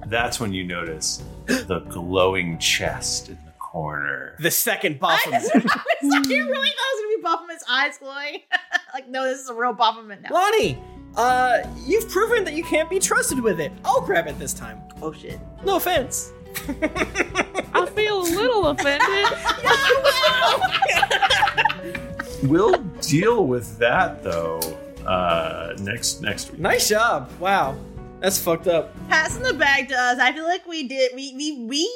Speaker 1: that's when you notice the glowing chest in the corner.
Speaker 3: The second Baphomet.
Speaker 2: I really thought it was gonna be Baphomet's eyes glowing. like, no, this is a real Baphomet now.
Speaker 3: Lonnie, uh, you've proven that you can't be trusted with it. I'll grab it this time.
Speaker 2: Oh shit.
Speaker 3: No offense.
Speaker 4: I feel a little offended.
Speaker 1: We'll deal with that though uh, next next week.
Speaker 3: Nice job. Wow. That's fucked up.
Speaker 2: Passing the bag to us. I feel like we did. We we we.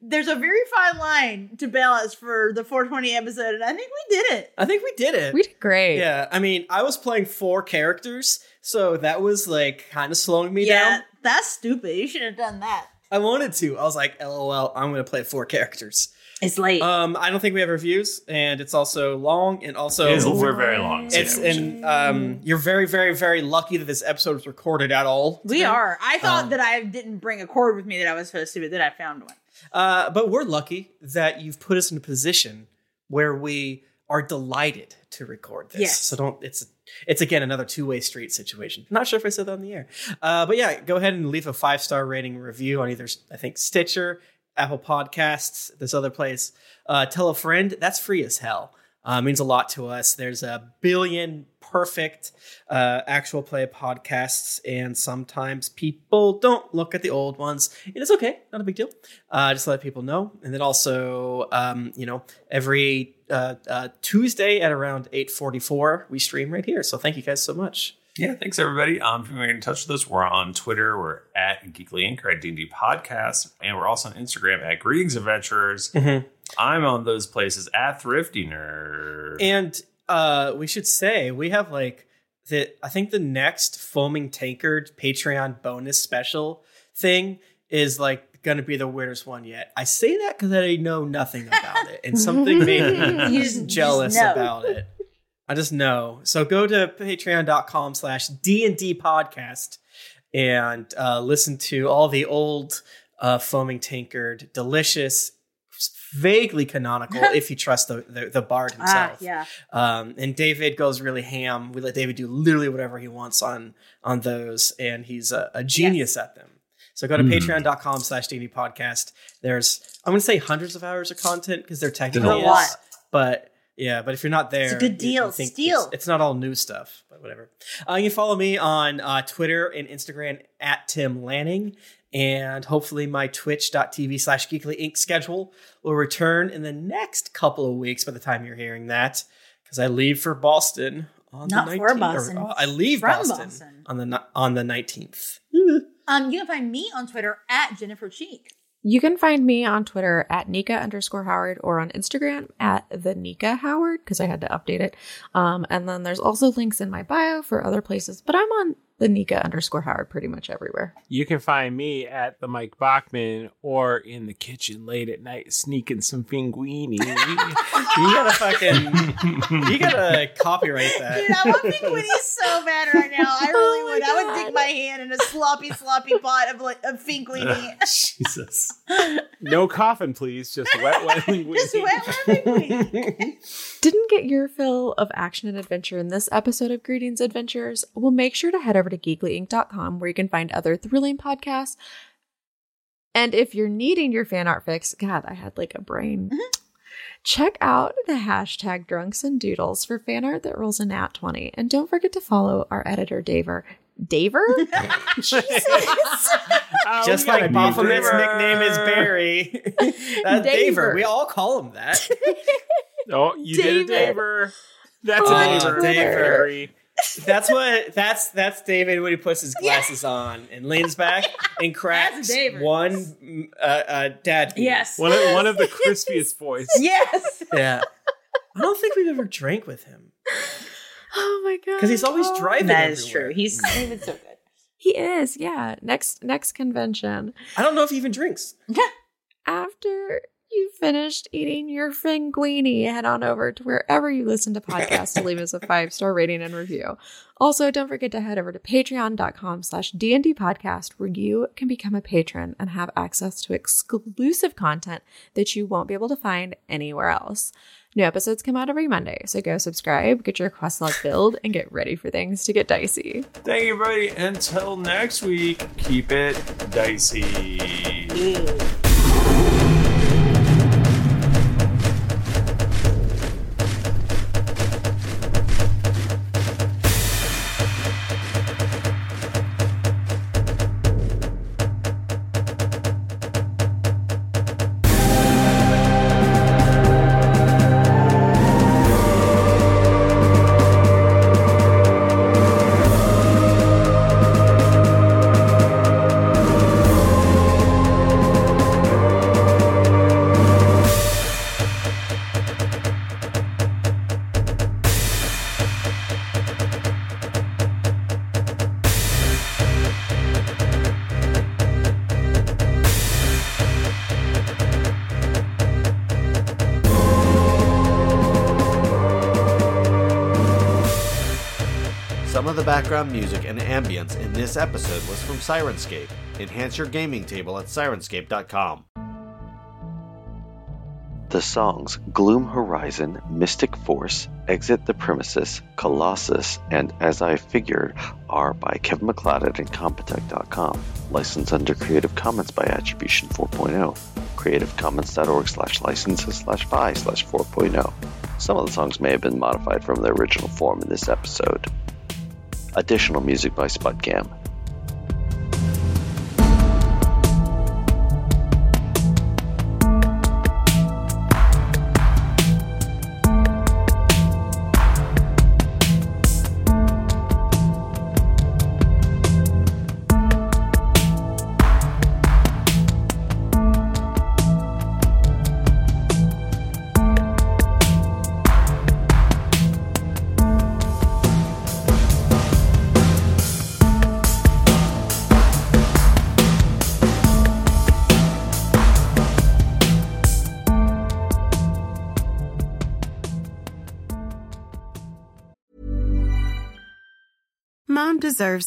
Speaker 2: There's a very fine line to balance for the 420 episode, and I think we did it.
Speaker 3: I think we did it.
Speaker 4: We did great.
Speaker 3: Yeah, I mean, I was playing four characters, so that was like kind of slowing me down.
Speaker 2: That's stupid. You should have done that.
Speaker 3: I wanted to. I was like, LOL, I'm going to play four characters.
Speaker 2: It's late.
Speaker 3: Um, I don't think we have reviews, and it's also long, and also
Speaker 1: It is- we're very long, so
Speaker 3: It's
Speaker 1: yeah, we
Speaker 3: and um, you're very, very, very lucky that this episode was recorded at all.
Speaker 2: We are. I thought
Speaker 3: Um,
Speaker 2: that I didn't bring a cord with me that I was supposed to, but then I found one.
Speaker 3: Uh, but we're lucky that you've put us in a position where we are delighted to record this.
Speaker 2: Yes.
Speaker 3: So don't. It's it's again another two way street situation. Not sure if I said that on the air, uh, but yeah, go ahead and leave a five star rating and review on either I think Stitcher, Apple Podcasts, this other place. Uh, tell a friend. That's free as hell. Uh, means a lot to us. There's a billion perfect uh, actual play podcasts, and sometimes people don't look at the old ones, and it's okay, not a big deal. Uh, just let people know, and then also, um, you know, every uh, uh, Tuesday at around eight forty-four, we stream right here. So thank you guys so much.
Speaker 1: Yeah, thanks everybody. Um, if you want to get in touch with us, we're on Twitter, we're at Geekly Inc. or at D&D Podcast, and we're also on Instagram at Greetings Adventurers. I'm on those places at Thrifty Nerd.
Speaker 3: And uh, we should say we have like the I think the next foaming tankard Patreon bonus special thing is like gonna be the weirdest one yet. I say that because I know nothing about it, and something made
Speaker 2: You
Speaker 3: me
Speaker 2: just- you just
Speaker 3: jealous
Speaker 2: know.
Speaker 3: about it. I just know. So go to patreon.com slash D and D podcast and uh, listen to all the old uh, foaming tankard, delicious, vaguely canonical, if you trust the, the, the bard himself.
Speaker 2: Ah, yeah.
Speaker 3: Um, and David goes really ham. We let David do literally whatever he wants on on those, and he's a, a genius at them. So go to
Speaker 7: Hmm.
Speaker 3: patreon.com slash D&D podcast. There's, I'm going to say hundreds of hours of content because there technically
Speaker 2: A lot.
Speaker 3: is. But yeah, but if you're not there,
Speaker 2: It's a good
Speaker 3: you- you
Speaker 2: deal.
Speaker 3: think
Speaker 2: Steal.
Speaker 3: It's, it's not all new stuff, but whatever. Uh, you can follow me on uh, Twitter and Instagram at Tim Lanning. And hopefully my twitch.tv slash geekly inc schedule will return in the next couple of weeks by the time you're hearing that. Because I leave for Boston on
Speaker 2: Not
Speaker 3: the 19th.
Speaker 2: for
Speaker 3: or,
Speaker 2: Boston.
Speaker 3: oh, I leave
Speaker 2: From
Speaker 3: Boston,
Speaker 2: Boston.
Speaker 3: on the ni- on the 19th.
Speaker 2: Um, you can find me on Twitter at Jennifer Cheek.
Speaker 4: You can find me on Twitter at Nika underscore Howard or on Instagram at the Nika Howard because I had to update it. Um, and then there's also links in my bio for other places, but I'm on the Nika underscore Howard pretty much everywhere.
Speaker 5: You can find me at the Mike Bachman or in the kitchen late at night sneaking some pinguini.
Speaker 3: you gotta fucking, you gotta copyright that.
Speaker 2: Dude, I want pinguini so bad right now. I really would. I would dig my hand in a sloppy, sloppy pot of like of pinguini.
Speaker 5: Jesus. No coffin, please. Just wet, wet linguini.
Speaker 4: Didn't get your fill of action and adventure in this episode of Greetings Adventures? Well, make sure to head over to geeklyinc.com where you can find other thrilling podcasts. And if you're needing your fan art fix, God, I had like a brain. Check out the hashtag drunks and doodles for fan art that rolls a nat 20. And don't forget to follow our editor, Daver. Daver?
Speaker 5: Uh, Oh,
Speaker 3: Just like Baphomet's nickname is Barry. That's Daver.
Speaker 4: Daver.
Speaker 3: We all call him that.
Speaker 5: oh, you did it,
Speaker 3: David.
Speaker 5: Daver. That's
Speaker 3: Oh,
Speaker 5: a Daver.
Speaker 3: Daver. That's what that's that's David when he puts his glasses on and leans back and cracks
Speaker 2: Daver.
Speaker 3: one mm, uh, uh, dad. beer.
Speaker 2: Yes.
Speaker 5: One of, one of the crispiest voice.
Speaker 2: yes.
Speaker 3: Yeah. I don't think we've ever drank with him
Speaker 4: Oh my god.
Speaker 3: because he's always driving.
Speaker 4: That is
Speaker 3: everywhere.
Speaker 4: Mm.
Speaker 2: He's David's so good.
Speaker 4: He is, yeah. Next next convention.
Speaker 3: I don't know if he even drinks.
Speaker 4: After you finished eating your finguini, head on over to wherever you listen to podcasts to leave us a five-star rating and review. Also, don't forget to head over to patreon.com slash DND podcast where you can become a patron and have access to exclusive content that you won't be able to find anywhere else. New episodes come out every Monday, so go subscribe, get your quest log filled, and get ready for things to get dicey.
Speaker 11: Thank you, everybody. Until next week, keep it dicey.
Speaker 14: Some of the background music and ambience in this episode was from Sirenscape. Enhance your gaming table at sirenscape.com.
Speaker 15: The songs Gloom Horizon, Mystic Force, Exit the Premises, Colossus, and As I Figured are by Kevin McLeod at Incompetech.com. Licensed under Creative Commons by Attribution oh. 4.0. CreativeCommons.org slash licenses slash by slash 4.0. Some of the songs may have been modified from their original form in this episode. Additional music by Spudgam.
Speaker 16: Mom deserves